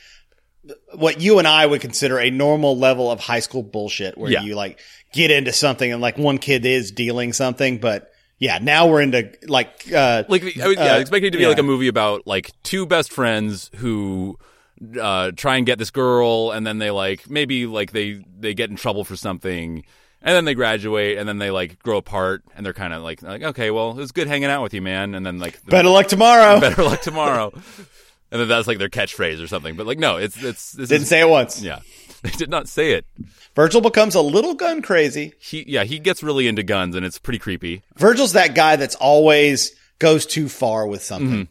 what you and I would consider a normal level of high school bullshit, where
Yeah.
you like get into something and like one kid is dealing something, but yeah, now we're into like uh,
like I was, yeah,
Uh,
I expected it to be
yeah.
like a movie about like two best friends who uh, try and get this girl, and then they like maybe like they they get in trouble for something, and then they graduate, and then they like grow apart, and they're kind of like like okay, well, it was good hanging out with you, man, and then like
better luck tomorrow.
*laughs* better luck tomorrow, and then that's like their catchphrase or something. But like no, it's it's this
Didn't
is,
say it once.
yeah. *laughs* They did not say it.
Virgil becomes a little gun crazy.
He yeah, he gets really into guns and it's pretty creepy. Mm-hmm.
Virgil's that guy that's always goes too far with something.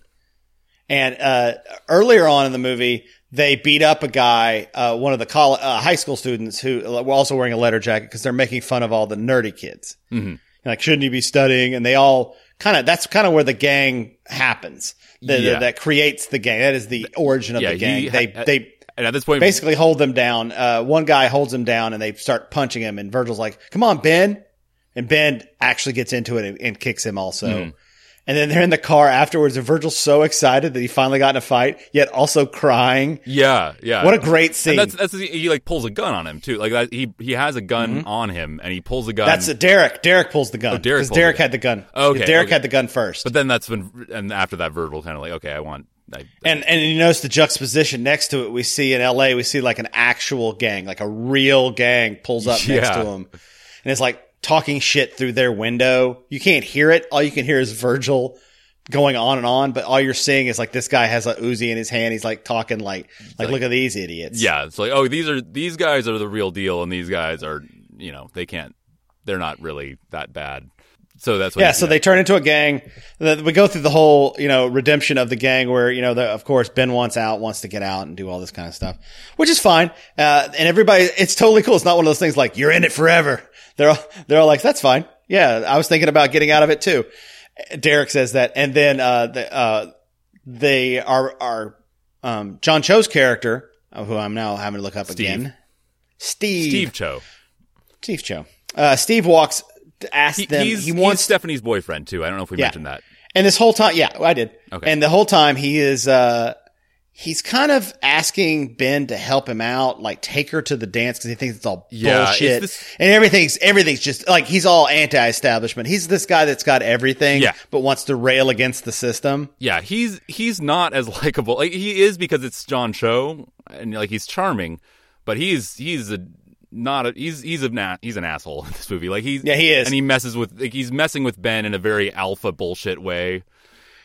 And uh, earlier on in the movie, they beat up a guy, uh, one of the coll uh, high school students who uh, were also wearing a letter jacket because they're making fun of all the nerdy kids. Mm-hmm. Like, shouldn't you be studying? And they all kind of, that's kind of where the gang happens. The, the-
Yeah.
that creates the gang. That is the origin of
Yeah,
the gang.
he-
they,
uh,
they,
and at this point,
basically hold them down. Uh, one guy holds him down and they start punching him. And Virgil's like, come on, Ben. And Ben actually gets into it and, and kicks him also.
Hmm.
And then they're in the car afterwards. And Virgil's so excited that he finally got in a fight, yet also crying.
yeah, yeah.
What a great scene.
Uh, And that's that's the- he like pulls a gun on him too. Like that, he he has a gun on him and he pulls a gun.
Mm-hmm. that's it. Derek. Derek pulls the gun.
Oh, Derek
Because
pulls the
Derek
gun.
had the gun.
Okay,
Derek
okay.
had the gun first.
But then that's when and after that, Virgil kind of like, okay, I want. I,
and and you notice the juxtaposition next to it. We see in L.A. We see like an actual gang, like a real gang, pulls up next
Yeah.
to him, and it's like talking shit through their window. You can't hear it. All you can hear is Virgil going on and on. But all you're seeing is like this guy has a Uzi in his hand. He's like talking like like, look at these idiots.
yeah, it's like, oh, these are these guys are the real deal, and these guys are you know they can't, they're not really that bad. So that's what
Yeah, so they turn into a gang. The- We go through the whole, you know, redemption of the gang, where you know, the, of course, Ben wants out, wants to get out, and do all this kind of stuff, which is fine. Uh, and everybody, it's totally cool. It's not one of those things like you're in it forever. They're all, they're all like, that's fine. Yeah, I was thinking about getting out of it too. Derek says that, and then uh, the, uh, they are are um, John Cho's character, uh, who I'm now having to look up again. Steve.
Steve Cho.
Steve Cho. Uh, Steve walks. Asks
He,
them.
he's,
he wants
he's Stephanie's boyfriend too. I don't know if we
Yeah.
mentioned that.
and this whole time, yeah, I did.
Okay.
And the whole time he is, uh, he's kind of asking Ben to help him out, like take her to the dance because he thinks it's all
Yeah,
bullshit.
it's this-
and everything's, everything's just like he's all anti-establishment. He's this guy that's got everything,
Yeah.
but wants to rail against the system.
Yeah, he's he's not as *laughs* likable. Like he is because it's John Cho and like he's charming, but he's he's a not a he's he's a na- he's an asshole *laughs* in this movie. Like he's
Yeah, he is.
and he messes with like he's messing with Ben in a very alpha bullshit way.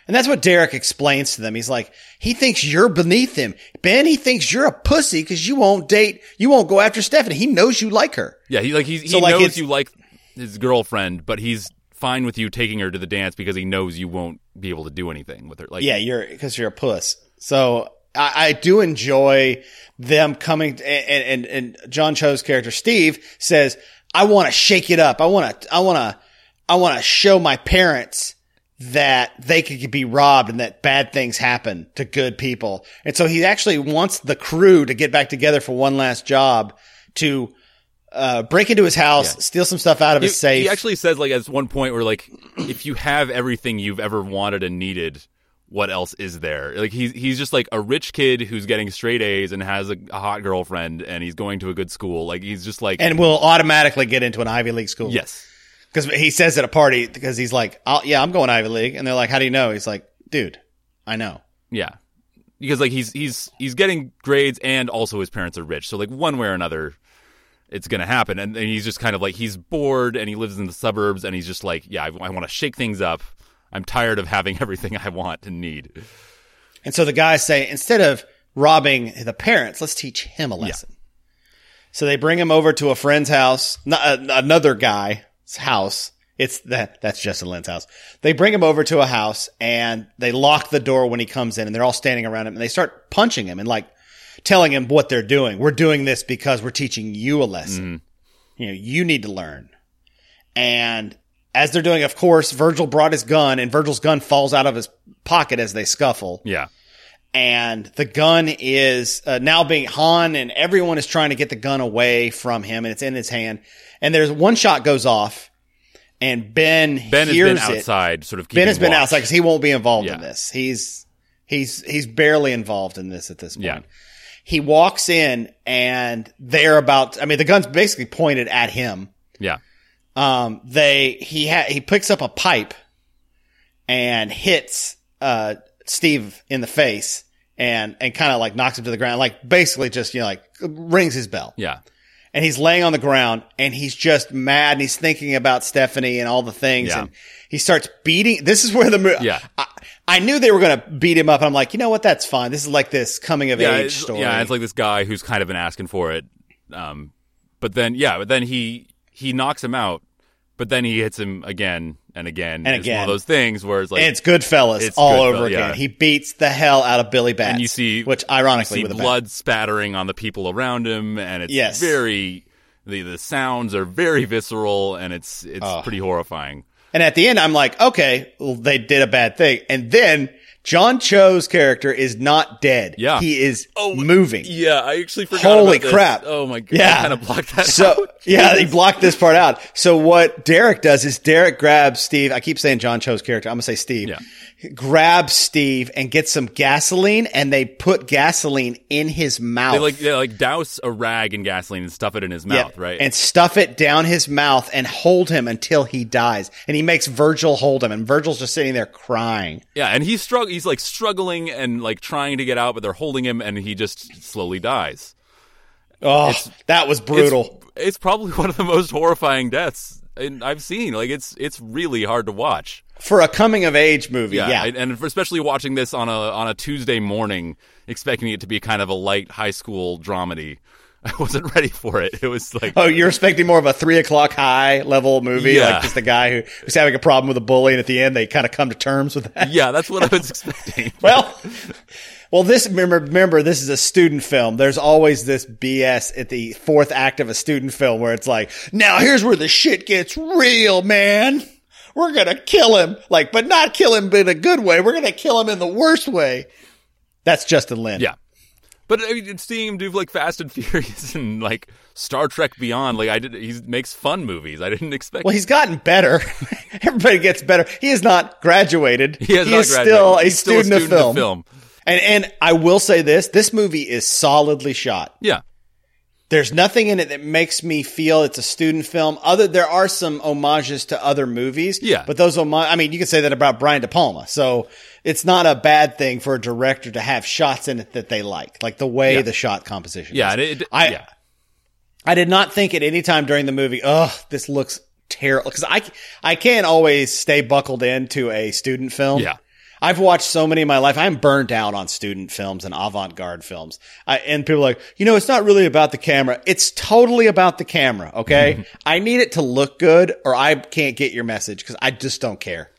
And that's what Derek explains to them. He's like, he thinks you're beneath him. Ben, he thinks you're a pussy because you won't date, you won't go after Stephanie. He knows you like her.
Yeah, he like he's, he
So, like, it's-
knows you like his girlfriend, but he's fine with you taking her to the dance because he knows you won't be able to do anything with her. Like
Yeah, you're because you're a puss. So I, I do enjoy them coming and, and and John Cho's character Steve says, "I want to shake it up. I want to. I want to. I want to show my parents." That they could be robbed and that bad things happen to good people. And so he actually wants the crew to get back together for one last job to, uh, break into his house, steal some stuff out of
he,
his safe.
he actually says like at one point where like if you have everything you've ever wanted and needed what else is there like he's he's just like a rich kid who's getting straight a's and has a, a hot girlfriend and he's going to a good school like he's just like
and will automatically get into an Ivy League school.
yes
because he says at a party because he's like, I'll, "Yeah, I'm going Ivy League," and they're like, "How do you know?" He's like, "Dude, I know."
yeah because like he's he's he's getting grades and also his parents are rich so like one way or another it's gonna happen and, and he's just kind of like he's bored and he lives in the suburbs and he's just like yeah I, I want to shake things up i'm tired of having *laughs* everything i want and need
And so the guys say, instead of robbing the parents, let's teach him a lesson. So they bring him over to a friend's house, not, uh, another guy's house. It's that that's Justin Lin's house. They bring him over to a house and they lock the door when he comes in, and they're all standing around him and they start punching him and like telling him what they're doing. We're doing this because we're teaching you a lesson. You know, you need to learn. And as they're doing, of course, Virgil brought his gun, and Virgil's gun falls out of his pocket as they scuffle
yeah
and the gun is uh, now being Han and everyone is trying to get the gun away from him and it's in his hand and there's one shot goes off and Ben
Ben has
hears
been
it.
outside, sort of.
Ben has
keeping
been
watch.
outside because he won't be involved in
Yeah.
this. He's he's he's barely involved in this at this point.
Yeah.
He walks in and they're about I mean the gun's basically pointed at him
Yeah,
um, they he ha- he picks up a pipe and hits uh, Steve in the face and and kind of like knocks him to the ground, like basically just you know like rings his bell.
yeah,
And he's laying on the ground and he's just mad and he's thinking about Stephanie and all the things
Yeah.
and he starts beating. This is where the movie.
Yeah.
I, I knew they were going to beat him up. I'm like, you know what? That's fine. This is like this coming of
yeah.
age
It's,
story.
yeah, it's like this guy who's kind of been asking for it, um, but then yeah, but then he he knocks him out, But then he hits him again and again.
And
it's one
again.
of those things where it's like
and it's Goodfellas
It's
all
Goodfell-
over again.
yeah.
He beats the hell out of Billy Bats,
and you see
which ironically
you see
with a bat.
blood spattering on the people around him, and it's
Yes.
very the the sounds are very visceral, and it's it's pretty horrifying.
And at the end, I'm like, okay, well, they did a bad thing. And then John Cho's character is not dead.
Yeah.
he is moving.
Oh, Yeah, I actually forgot.
Holy
about this.
crap!
Oh my god!
Yeah,
I kind of blocked that.
So
out.
*laughs* yeah, he blocked this part out. So what Derek does is Derek grabs Steve. I keep saying John Cho's character. I'm gonna say Steve.
Yeah.
Grabs Steve and gets some gasoline, and they put gasoline in his mouth.
They like they like douse a rag in gasoline and stuff it in his mouth,
Yep.
right?
And stuff it down his mouth and hold him until he dies. And he makes Virgil hold him, and Virgil's just sitting there crying.
yeah, and he's strugg- he's like struggling and like trying to get out, but they're holding him, and he just slowly dies.
Oh, that was
It's-
brutal.
It's, probably *laughs* one of the most horrifying deaths in, I've seen. Like it's it's really hard to watch.
For a coming of age movie, yeah.
and- and for- especially watching this on a on a Tuesday morning, expecting it to be kind of a light high school dramedy. *laughs* I wasn't ready for it. It was like
Oh, you're expecting more of a three o'clock high level movie,
Yeah.
like just a guy who, who's having a problem with a bully, and at the end they kind of come to terms with that.
yeah, that's what I was *laughs* expecting.
Well, well, this remember, remember this is a student film. There's always this BS at the fourth act of a student film where it's like, now here's where the shit gets real, man. We're gonna kill him, like, but not kill him in a good way. We're gonna kill him in the worst way. That's Justin Lin.
Yeah. But I mean, seeing him do like Fast and *laughs* Furious and like Star Trek Beyond, like I did, he makes fun movies. I didn't expect.
Well, he's gotten better. *laughs* Everybody gets better. He has not graduated.
*laughs* he has
he
not
is
graduated.
still a
He's still
student, of, film.
film.
And and I will say this: this movie is solidly shot.
Yeah,
There's nothing in it that makes me feel it's a student film. Other there are some homages to other movies.
Yeah.
but those homage. I mean, you can say that about Brian De Palma. So it's not a bad thing for a director to have shots in it that they like, like the way
Yeah.
the shot composition.
yeah.
is.
And it, it-
I
yeah.
I did not think at any time during the movie, oh, this looks terrible. Because I, I can't always stay buckled into a student film.
Yeah.
I've watched so many in my life. I'm burned out on student films and avant garde films. I, and people are like, you know, it's not really about the camera. It's totally about the camera. Okay. I need it to look good or I can't get your message because I just don't care.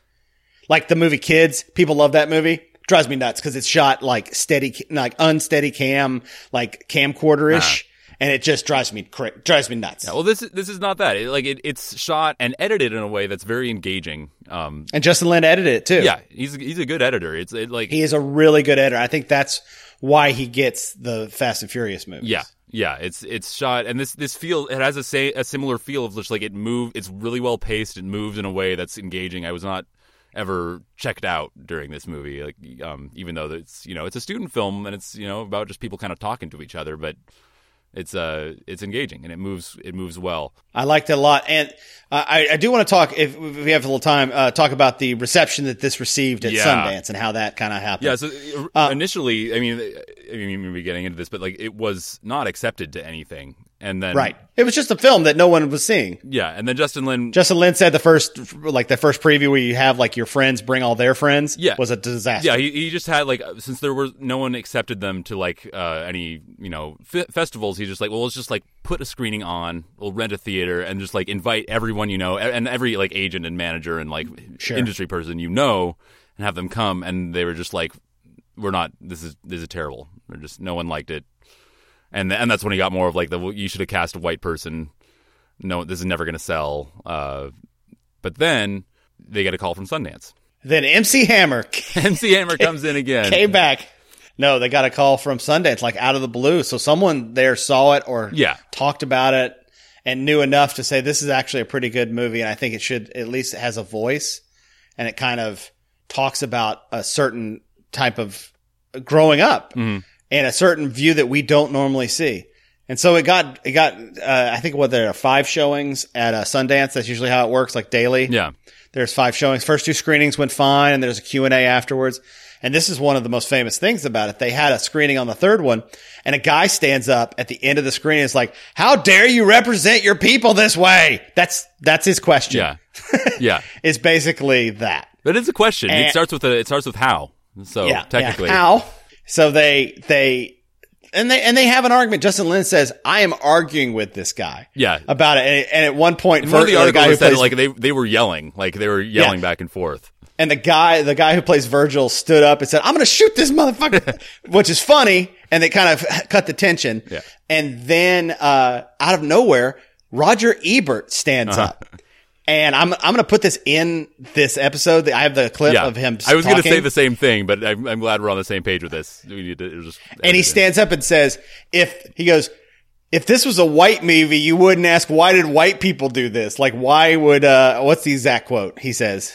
Like the movie Kids, people love that movie. Drives me nuts because it's shot like steady, like unsteady cam, like camcorder ish. And it just drives me, cra- drives me nuts.
Uh-huh. Well, this is- this is not that. It, like it, it's shot and edited in a way that's very engaging. Um,
And Justin Lin edited it too.
yeah, he's he's a good editor. It's it, like
He is a really good editor. I think that's why he gets the Fast and Furious movies.
Yeah, yeah. It's it's shot, and this this feel it has a say a similar feel of just like it move. It's really well paced. It moves in a way that's engaging. I was not ever checked out during this movie. Like um, even though it's you know it's a student film and it's you know about just people kind of talking to each other, but it's uh it's engaging and it moves it moves well.
I liked it a lot, and uh, I, I do want to talk if, if we have a little time, uh, talk about the reception that this received at
Yeah.
Sundance and how that kind of happened.
Yeah. So uh, initially, I mean, I mean, we'll be getting into this, but like it was not accepted to anything, and then
right. It was just a film that no one was seeing.
Yeah, and then Justin Lin
Justin Lin said the first, like the first preview where you have like your friends bring all their friends,
Yeah.
was a disaster.
Yeah, he, he just had like since there was no one accepted them to like uh, any you know f- festivals. He's just like, well, let's just like put a screening on. We'll rent a theater and just like invite everyone you know a- and every like agent and manager and like industry person you know and have them come. And they were just like, we're not. This is this is terrible. They're just no one liked it. And and that's when he got more of like the well, you should have cast a white person. No, this is never going to sell. Uh, but then they get a call from Sundance. *laughs*
Then MC Hammer
MC Hammer comes in
*laughs*
again.
came back. No, they got a call from Sundance, like out of the blue. So someone there saw it or
Yeah.
talked about it and knew enough to say this is actually a pretty good movie, and I think it should at least it has a voice, and it kind of talks about a certain type of growing up
Mm-hmm.
and a certain view that we don't normally see. And so it got it got uh, I think what there are five showings at uh, Sundance. That's usually how it works, like daily
Yeah.
there's five showings first two screenings went fine and there's a q&a afterwards and this is one of the most famous things about it they had a screening on the third one and a guy stands up at the end of the screening and is like how dare you represent your people this way that's that's his question
Yeah,
*laughs*
yeah.
it's basically that
But it's a question.
And-
Oh, it starts with a. It starts with how. So
yeah
technically,
yeah. how so they they and they and they have an argument. Justin Lin says, "I am arguing with this guy."
Yeah.
about it. And, and at one point,
One of the
Vert- guy who
articles said
plays-
like they they were yelling, like they were yelling
Yeah.
back and forth.
and the guy the guy who plays Virgil stood up and said, "I'm going to shoot this
*laughs*
motherfucker," which is funny, and it kind of *laughs* cut the tension.
Yeah.
And then uh, out of nowhere, Roger Ebert stands
Uh-huh.
up. And I'm I'm gonna put this in this episode. I have the clip
Yeah,
of him.
I was going to
talking.
say the same thing, but I'm, I'm glad we're on the same page with this. We need to just
and he stands up and says, "If he goes, if this was a white movie, you wouldn't ask why did white people do this? Like, why would uh, what's the exact quote?" He says,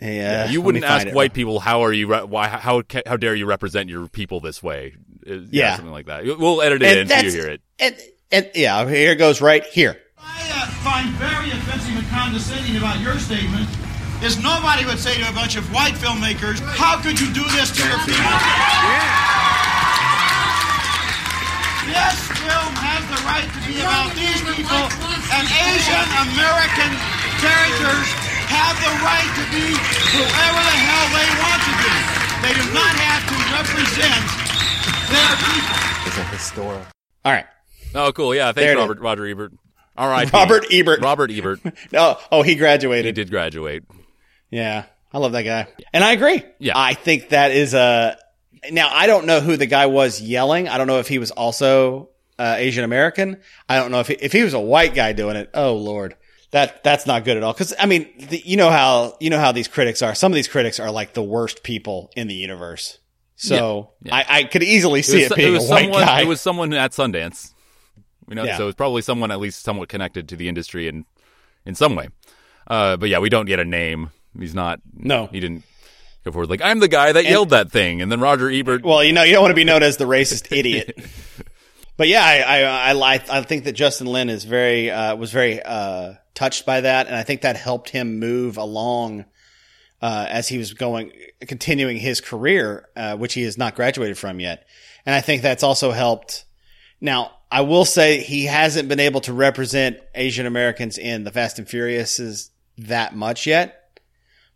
"Yeah,
You wouldn't ask white people how are you re- why how ca- how dare you represent your people this way? Uh,
Yeah.
something like that. We'll edit it
And
in so you
that's
hear it.
and and yeah, here it goes right here.
I uh, find very offensive and condescending about your statement is nobody would say to a bunch of white filmmakers, How could you do this to your people? This film has the right to be about these people, and Asian American characters have the right to be whoever the hell they want to be. They do not have to represent their people.
All right,
Oh, cool. Yeah,
There
thanks,
it is.
Robert Roger Ebert. All right,
Robert Ebert.
Robert Ebert.
oh oh, he
He
graduated.
did graduate.
Yeah, I love that guy, and I agree.
Yeah.
I think that is a. Now I don't know who the guy was yelling. I don't know if he was also uh, Asian American. I don't know if he, if he was a white guy doing it. Oh Lord, that that's not good at all. Because I mean, the, you know how you know how these critics are. Some of these critics are like the worst people in the universe. So
Yeah.
I, I could easily see it,
so-
being a white
someone,
guy.
It was someone at Sundance. You know,
Yeah.
so it was probably someone at least somewhat connected to the industry in in some way. Uh, but yeah, we don't get a name. He's not.
No.
he didn't go forward. Like I'm the guy that yelled that thing, and then Roger
*laughs*
Ebert.
Well, you know, you don't want to be known as the racist idiot. but yeah, I I, I li- I think that Justin Lin is very uh, was very uh, touched by that, and I think that helped him move along uh, as he was going continuing his career, uh, which he has not graduated from yet. And I think that's also helped. Now, I will say he hasn't been able to represent Asian Americans in the Fast and Furiouses that much yet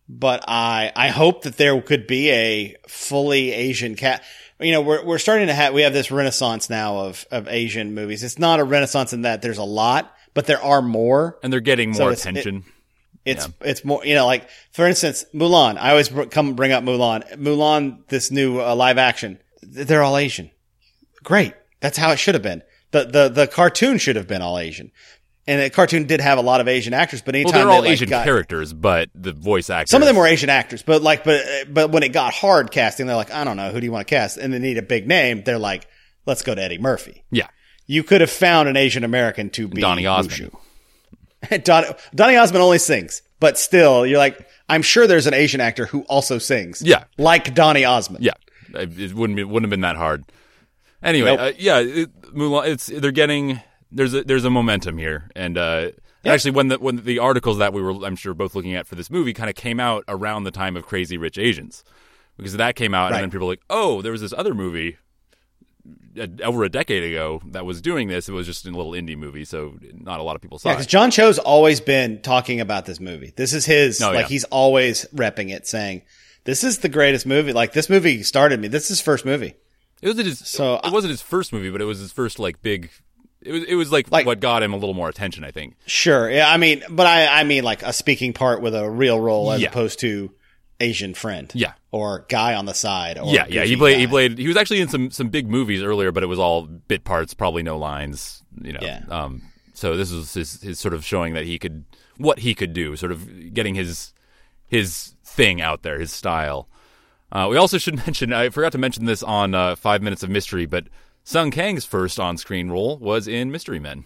but I I hope that there could be a fully Asian cat. You know, we're we're starting to have we have this renaissance now of of Asian movies. It's not a renaissance in that there's a lot, but there are more.
and they're getting
So
more
it's- it-
attention.
It's it's more you know like for instance Mulan. I always br- come bring up Mulan. Mulan, this new uh, live action. th- They're all Asian. Great. That's how it should have been. The the the cartoon should have been all Asian. And the cartoon did have a lot of Asian actors, but
well,
anytime
they're all
they, like,
Asian
got-
characters, but the voice actors.
some of them were Asian actors, but like, but but when it got hard casting, they're like, I don't know, who do you want to cast? And they need a big name. They're like, let's go to Eddie Murphy.
Yeah,
You could have found an Asian American to be
Donny Osmond.
Mushu. *laughs* Don, Donny Osmond only sings, but still, you're like, I'm sure there's an Asian actor who also sings.
Yeah.
like Donny Osmond.
Yeah, it it wouldn't be, wouldn't have been that hard. Anyway,
Nope.
uh, yeah, it, Mulan. It's they're getting there's a there's a momentum here, and uh, actually when the when the articles that we were I'm sure both looking at for this movie kind of came out around the time of Crazy Rich Asians because that came out,
Right.
and then people were like, oh, there was this other movie. uh, Over a decade ago, that was doing this. It was just a little indie movie, so not a lot of people saw
Yeah,
it.
because John Cho's always been talking about this movie. This is his,
Oh,
like,
yeah.
he's always repping it, saying, This is the greatest movie. Like, this movie started me. This is his first movie.
It was his.
So, I-
it wasn't his first movie, but it was his first like big. It was. It was like,
Like-
what got him a little more attention, I think.
Sure. Yeah. I mean, but I, I mean like a speaking part with a real role as
Yeah.
opposed to Asian friend.
Yeah.
Or guy on the side. Or
yeah, yeah.
goofy
He played.
guy.
He played. He was actually in some some big movies earlier, but it was all bit parts, probably no lines. You know.
Yeah.
Um. So this was his, his sort of showing that he could what he could do, sort of getting his his thing out there, his style. Uh, we also should *laughs* mention. I forgot to mention this on uh, Five Minutes of Mystery, but Sung Kang's first on screen role was in Mystery Men.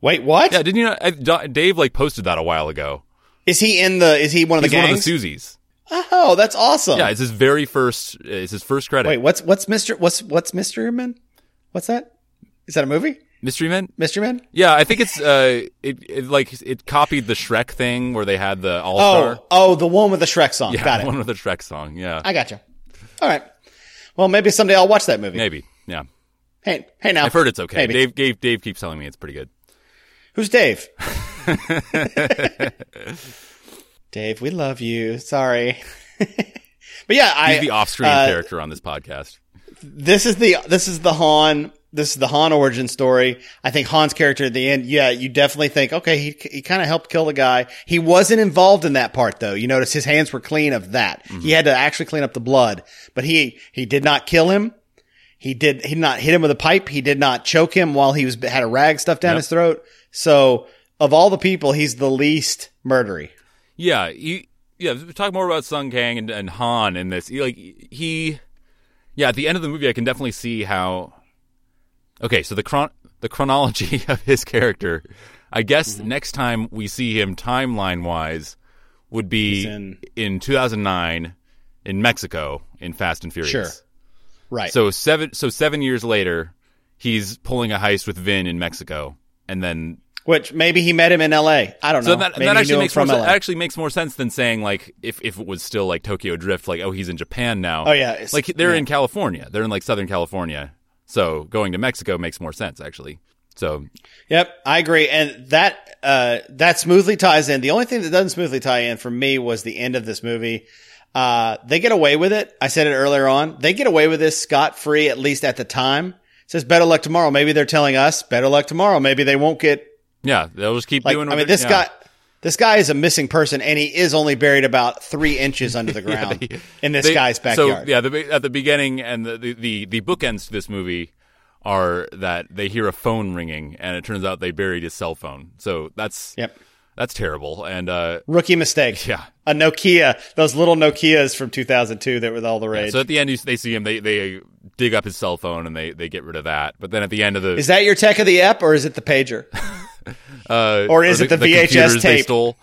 Wait, what? Is
Yeah, didn't you know? I, D- Dave like posted that a while ago.
he in the? Is he one of the
He's
gangs?
one of the Susies.
oh, that's awesome.
Yeah, it's his very first. It's his first credit.
Wait, what's what's Mister? What's what's Mister Man? What's that? Is that a movie?
Mystery Men.
Mister Man?
Yeah, I think it's uh, it, it like it copied the Shrek thing where they had the All Star.
Oh, oh, the one with the Shrek song.
*laughs* yeah,
Got it.
one with the Shrek song. Yeah,
I got you. All right. Well, maybe someday I'll watch that movie.
maybe. Yeah,
Hey, hey, now
I've heard it's okay.
Maybe.
Dave, Dave, Dave keeps telling me it's pretty good.
Who's
*laughs*
Dave? Dave, we love you. Sorry. *laughs* but yeah, I
He's the off-screen
uh,
character on this podcast.
this is the this is the Han this is the Han origin story. I think Han's character at the end, yeah, you definitely think, okay, he he kind of helped kill the guy. He wasn't involved in that part though. You notice his hands were clean of that.
Mm-hmm.
He had to actually clean up the blood, but he he did not kill him. He did he did not hit him with a pipe. He did not choke him while he was had a rag stuffed down his throat. So of all the people, he's the least murdery.
Yeah, he, yeah. Talk more about Sung Kang and, and Han in this. He, like he, yeah. At the end of the movie, I can definitely see how. Okay, so the chron the chronology *laughs* of his character, I guess
Mm-hmm.
next time we see him timeline wise, would be
He's in-
in 2009 in Mexico in Fast and Furious.
Sure. Right.
So seven so seven years later, he's pulling a heist with Vin in Mexico, and then
Which maybe he met him in L.A. I don't know.
so that,
maybe
that
he
actually
knew him
makes more
from
se-
LA.
actually makes more sense than saying like if, if it was still like Tokyo Drift, like oh he's in Japan now.
Oh, yeah, it's-
like they're
yeah.
in California, they're in like Southern California, so going to Mexico makes more sense actually. So
Yep, I agree, and that uh, that smoothly ties in. The only thing that doesn't smoothly tie in for me was the end of this movie. Uh, they get away with it. I said it earlier on. They get away with this scot free, at least at the time. It says better luck tomorrow. Maybe they're telling us better luck tomorrow. Maybe they won't get
yeah, they'll just keep
like.
doing.
I
what
mean,
they're-
this
yeah.
guy, this guy is a missing person, and he is only buried about three inches
*laughs*
under the ground in this
They-
guy's backyard.
So yeah, the, be- at the beginning and the, the, the, the bookends to this movie are that they hear a phone ringing and it turns out they buried his cell phone. So that's
Yep.
that's terrible. And uh,
Rookie mistake.
Yeah.
A Nokia. Those little Nokias from 2002 that were all the rage.
so at the end, you, they see him. They they dig up his cell phone and they they get rid of that. But then at the end of the
Is that your tech of the ep or is it the
*laughs*
pager? or is
Uh, or
it the, VHS
computers they
tape?
stole.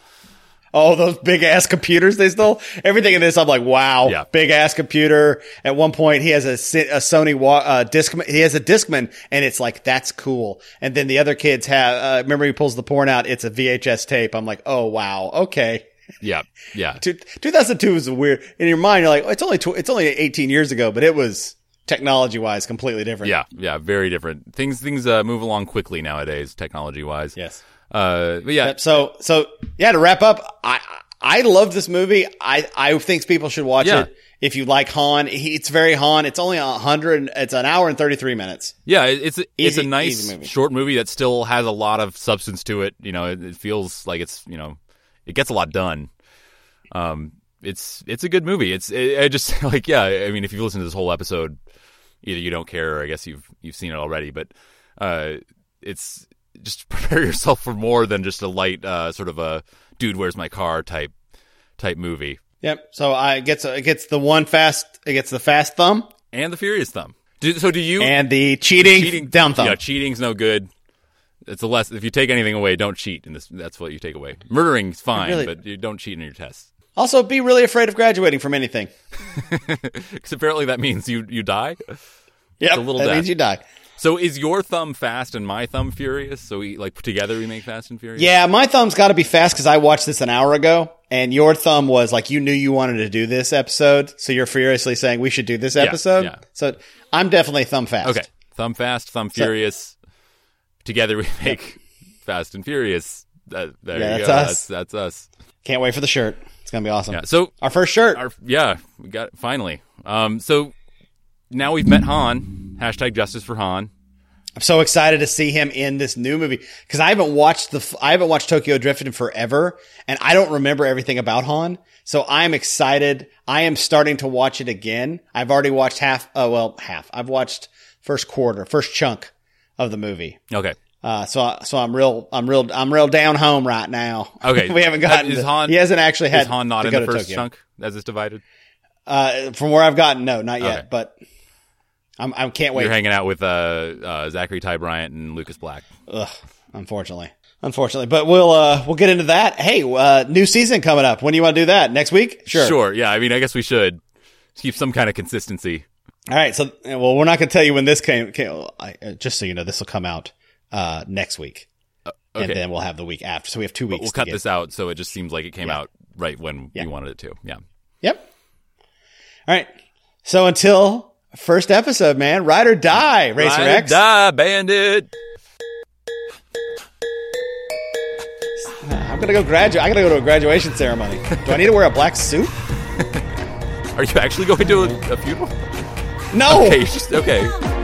All those big ass computers they stole. Everything in this, I'm like, wow,
Yeah.
big ass computer. At one point, he has a, Si- a Sony wa- uh, discman. He has a discman, and it's like that's cool. And then the other kids have. Uh, remember, he pulls the porn out. It's a VHS tape. I'm like, oh wow, okay.
Yeah,
*laughs*
yeah.
Two- 2002 was a weird. In your mind, you're like, oh, it's only tw- it's only 18 years ago, but it was technology wise completely different.
Yeah, yeah, very different. Things things uh, move along quickly nowadays, technology wise.
Yes.
Uh, but yeah,
Yep. So so yeah. To wrap up, I I love this movie. I I think people should watch
Yeah.
it if you like Han. He, it's very Han. It's only a hundred. It's an hour and thirty three minutes.
yeah, it- it's a- it's
Easy-
a nice
easy movie.
short movie that still has a lot of substance to it. You know, it, it feels like it's you know, it gets a lot done. Um, it's it's a good movie. It's it, I just *laughs* like yeah. I mean, if you've listened to this whole episode, either you don't care, or I guess you've you've seen it already. But uh, it's just *laughs* prepare yourself for more than just a light uh, sort of a dude, where's my car type type movie.
Yep. So I it gets it gets the one fast. It gets the fast thumb
and the furious thumb. Do, so do you
and the cheating, down thumb.
Yeah, cheating's no good. It's a less. If you take anything away, don't cheat. And this, that's what you take away. Murdering's fine,
really-
but you don't cheat in your tests *laughs*
also, be really afraid of graduating from anything.
because apparently that means you you die.
Yeah,
a little
that
death.
means you die.
So is your thumb fast and my thumb furious? So we like together we make fast and furious.
Yeah, my thumb's got to be fast because I watched this an hour ago, and your thumb was like you knew you wanted to do this episode, so you're furiously saying we should do this episode.
yeah.
So I'm definitely thumb fast.
Okay. Thumb fast, thumb furious. together we *laughs* make fast and furious. That, there
Yeah,
you
that's
go.
us.
That's that's us.
Can't wait for the shirt. It's gonna be awesome.
Yeah. So
our first shirt.
our yeah, we got finally. Um, so now we've met Han. Hashtag justice for Han.
I'm so excited to see him in this new movie because I haven't watched the f- I haven't watched Tokyo Drift in forever, and I don't remember everything about Han. So I'm excited. I am starting to watch it again. I've already watched half. Oh well, half. I've watched first quarter, first chunk of the movie.
Okay.
Uh, so I, so I'm real I'm real I'm real down home right now.
Okay.
*laughs* we haven't
That-
gotten.
is
to-
Han-
he hasn't actually had
Is Han not
to
in
go
the
to
first
Tokyo.
chunk as it's divided?
Uh, from where I've gotten, no, not yet.
Okay.
But I'm I can't wait.
You're hanging out with uh, uh, Zachary Ty Bryant and Lucas Black.
Ugh, unfortunately. Unfortunately, but we'll uh we'll get into that. Hey, uh new season coming up. When do you want to do that? Next week? Sure.
Yeah. I mean, I guess we should keep some kind of consistency.
All right. So, well, we're not going to tell you when this came. came I, uh, just so you know, this will come out uh next week, and
okay.
then we'll have the week after. So we have two weeks.
We'll
to
cut
get-
this out so it just seems like it came
Yeah.
out right when
Yeah.
we wanted it to. Yeah.
Yep. All right. So until first episode, man, ride or die, Racer
Ride or
X.
Die, bandit.
I'm gonna go graduate. I gotta go to a graduation ceremony. Do I need to wear a black suit?
Are you actually going to a, a funeral?
No.
Okay, it's just okay.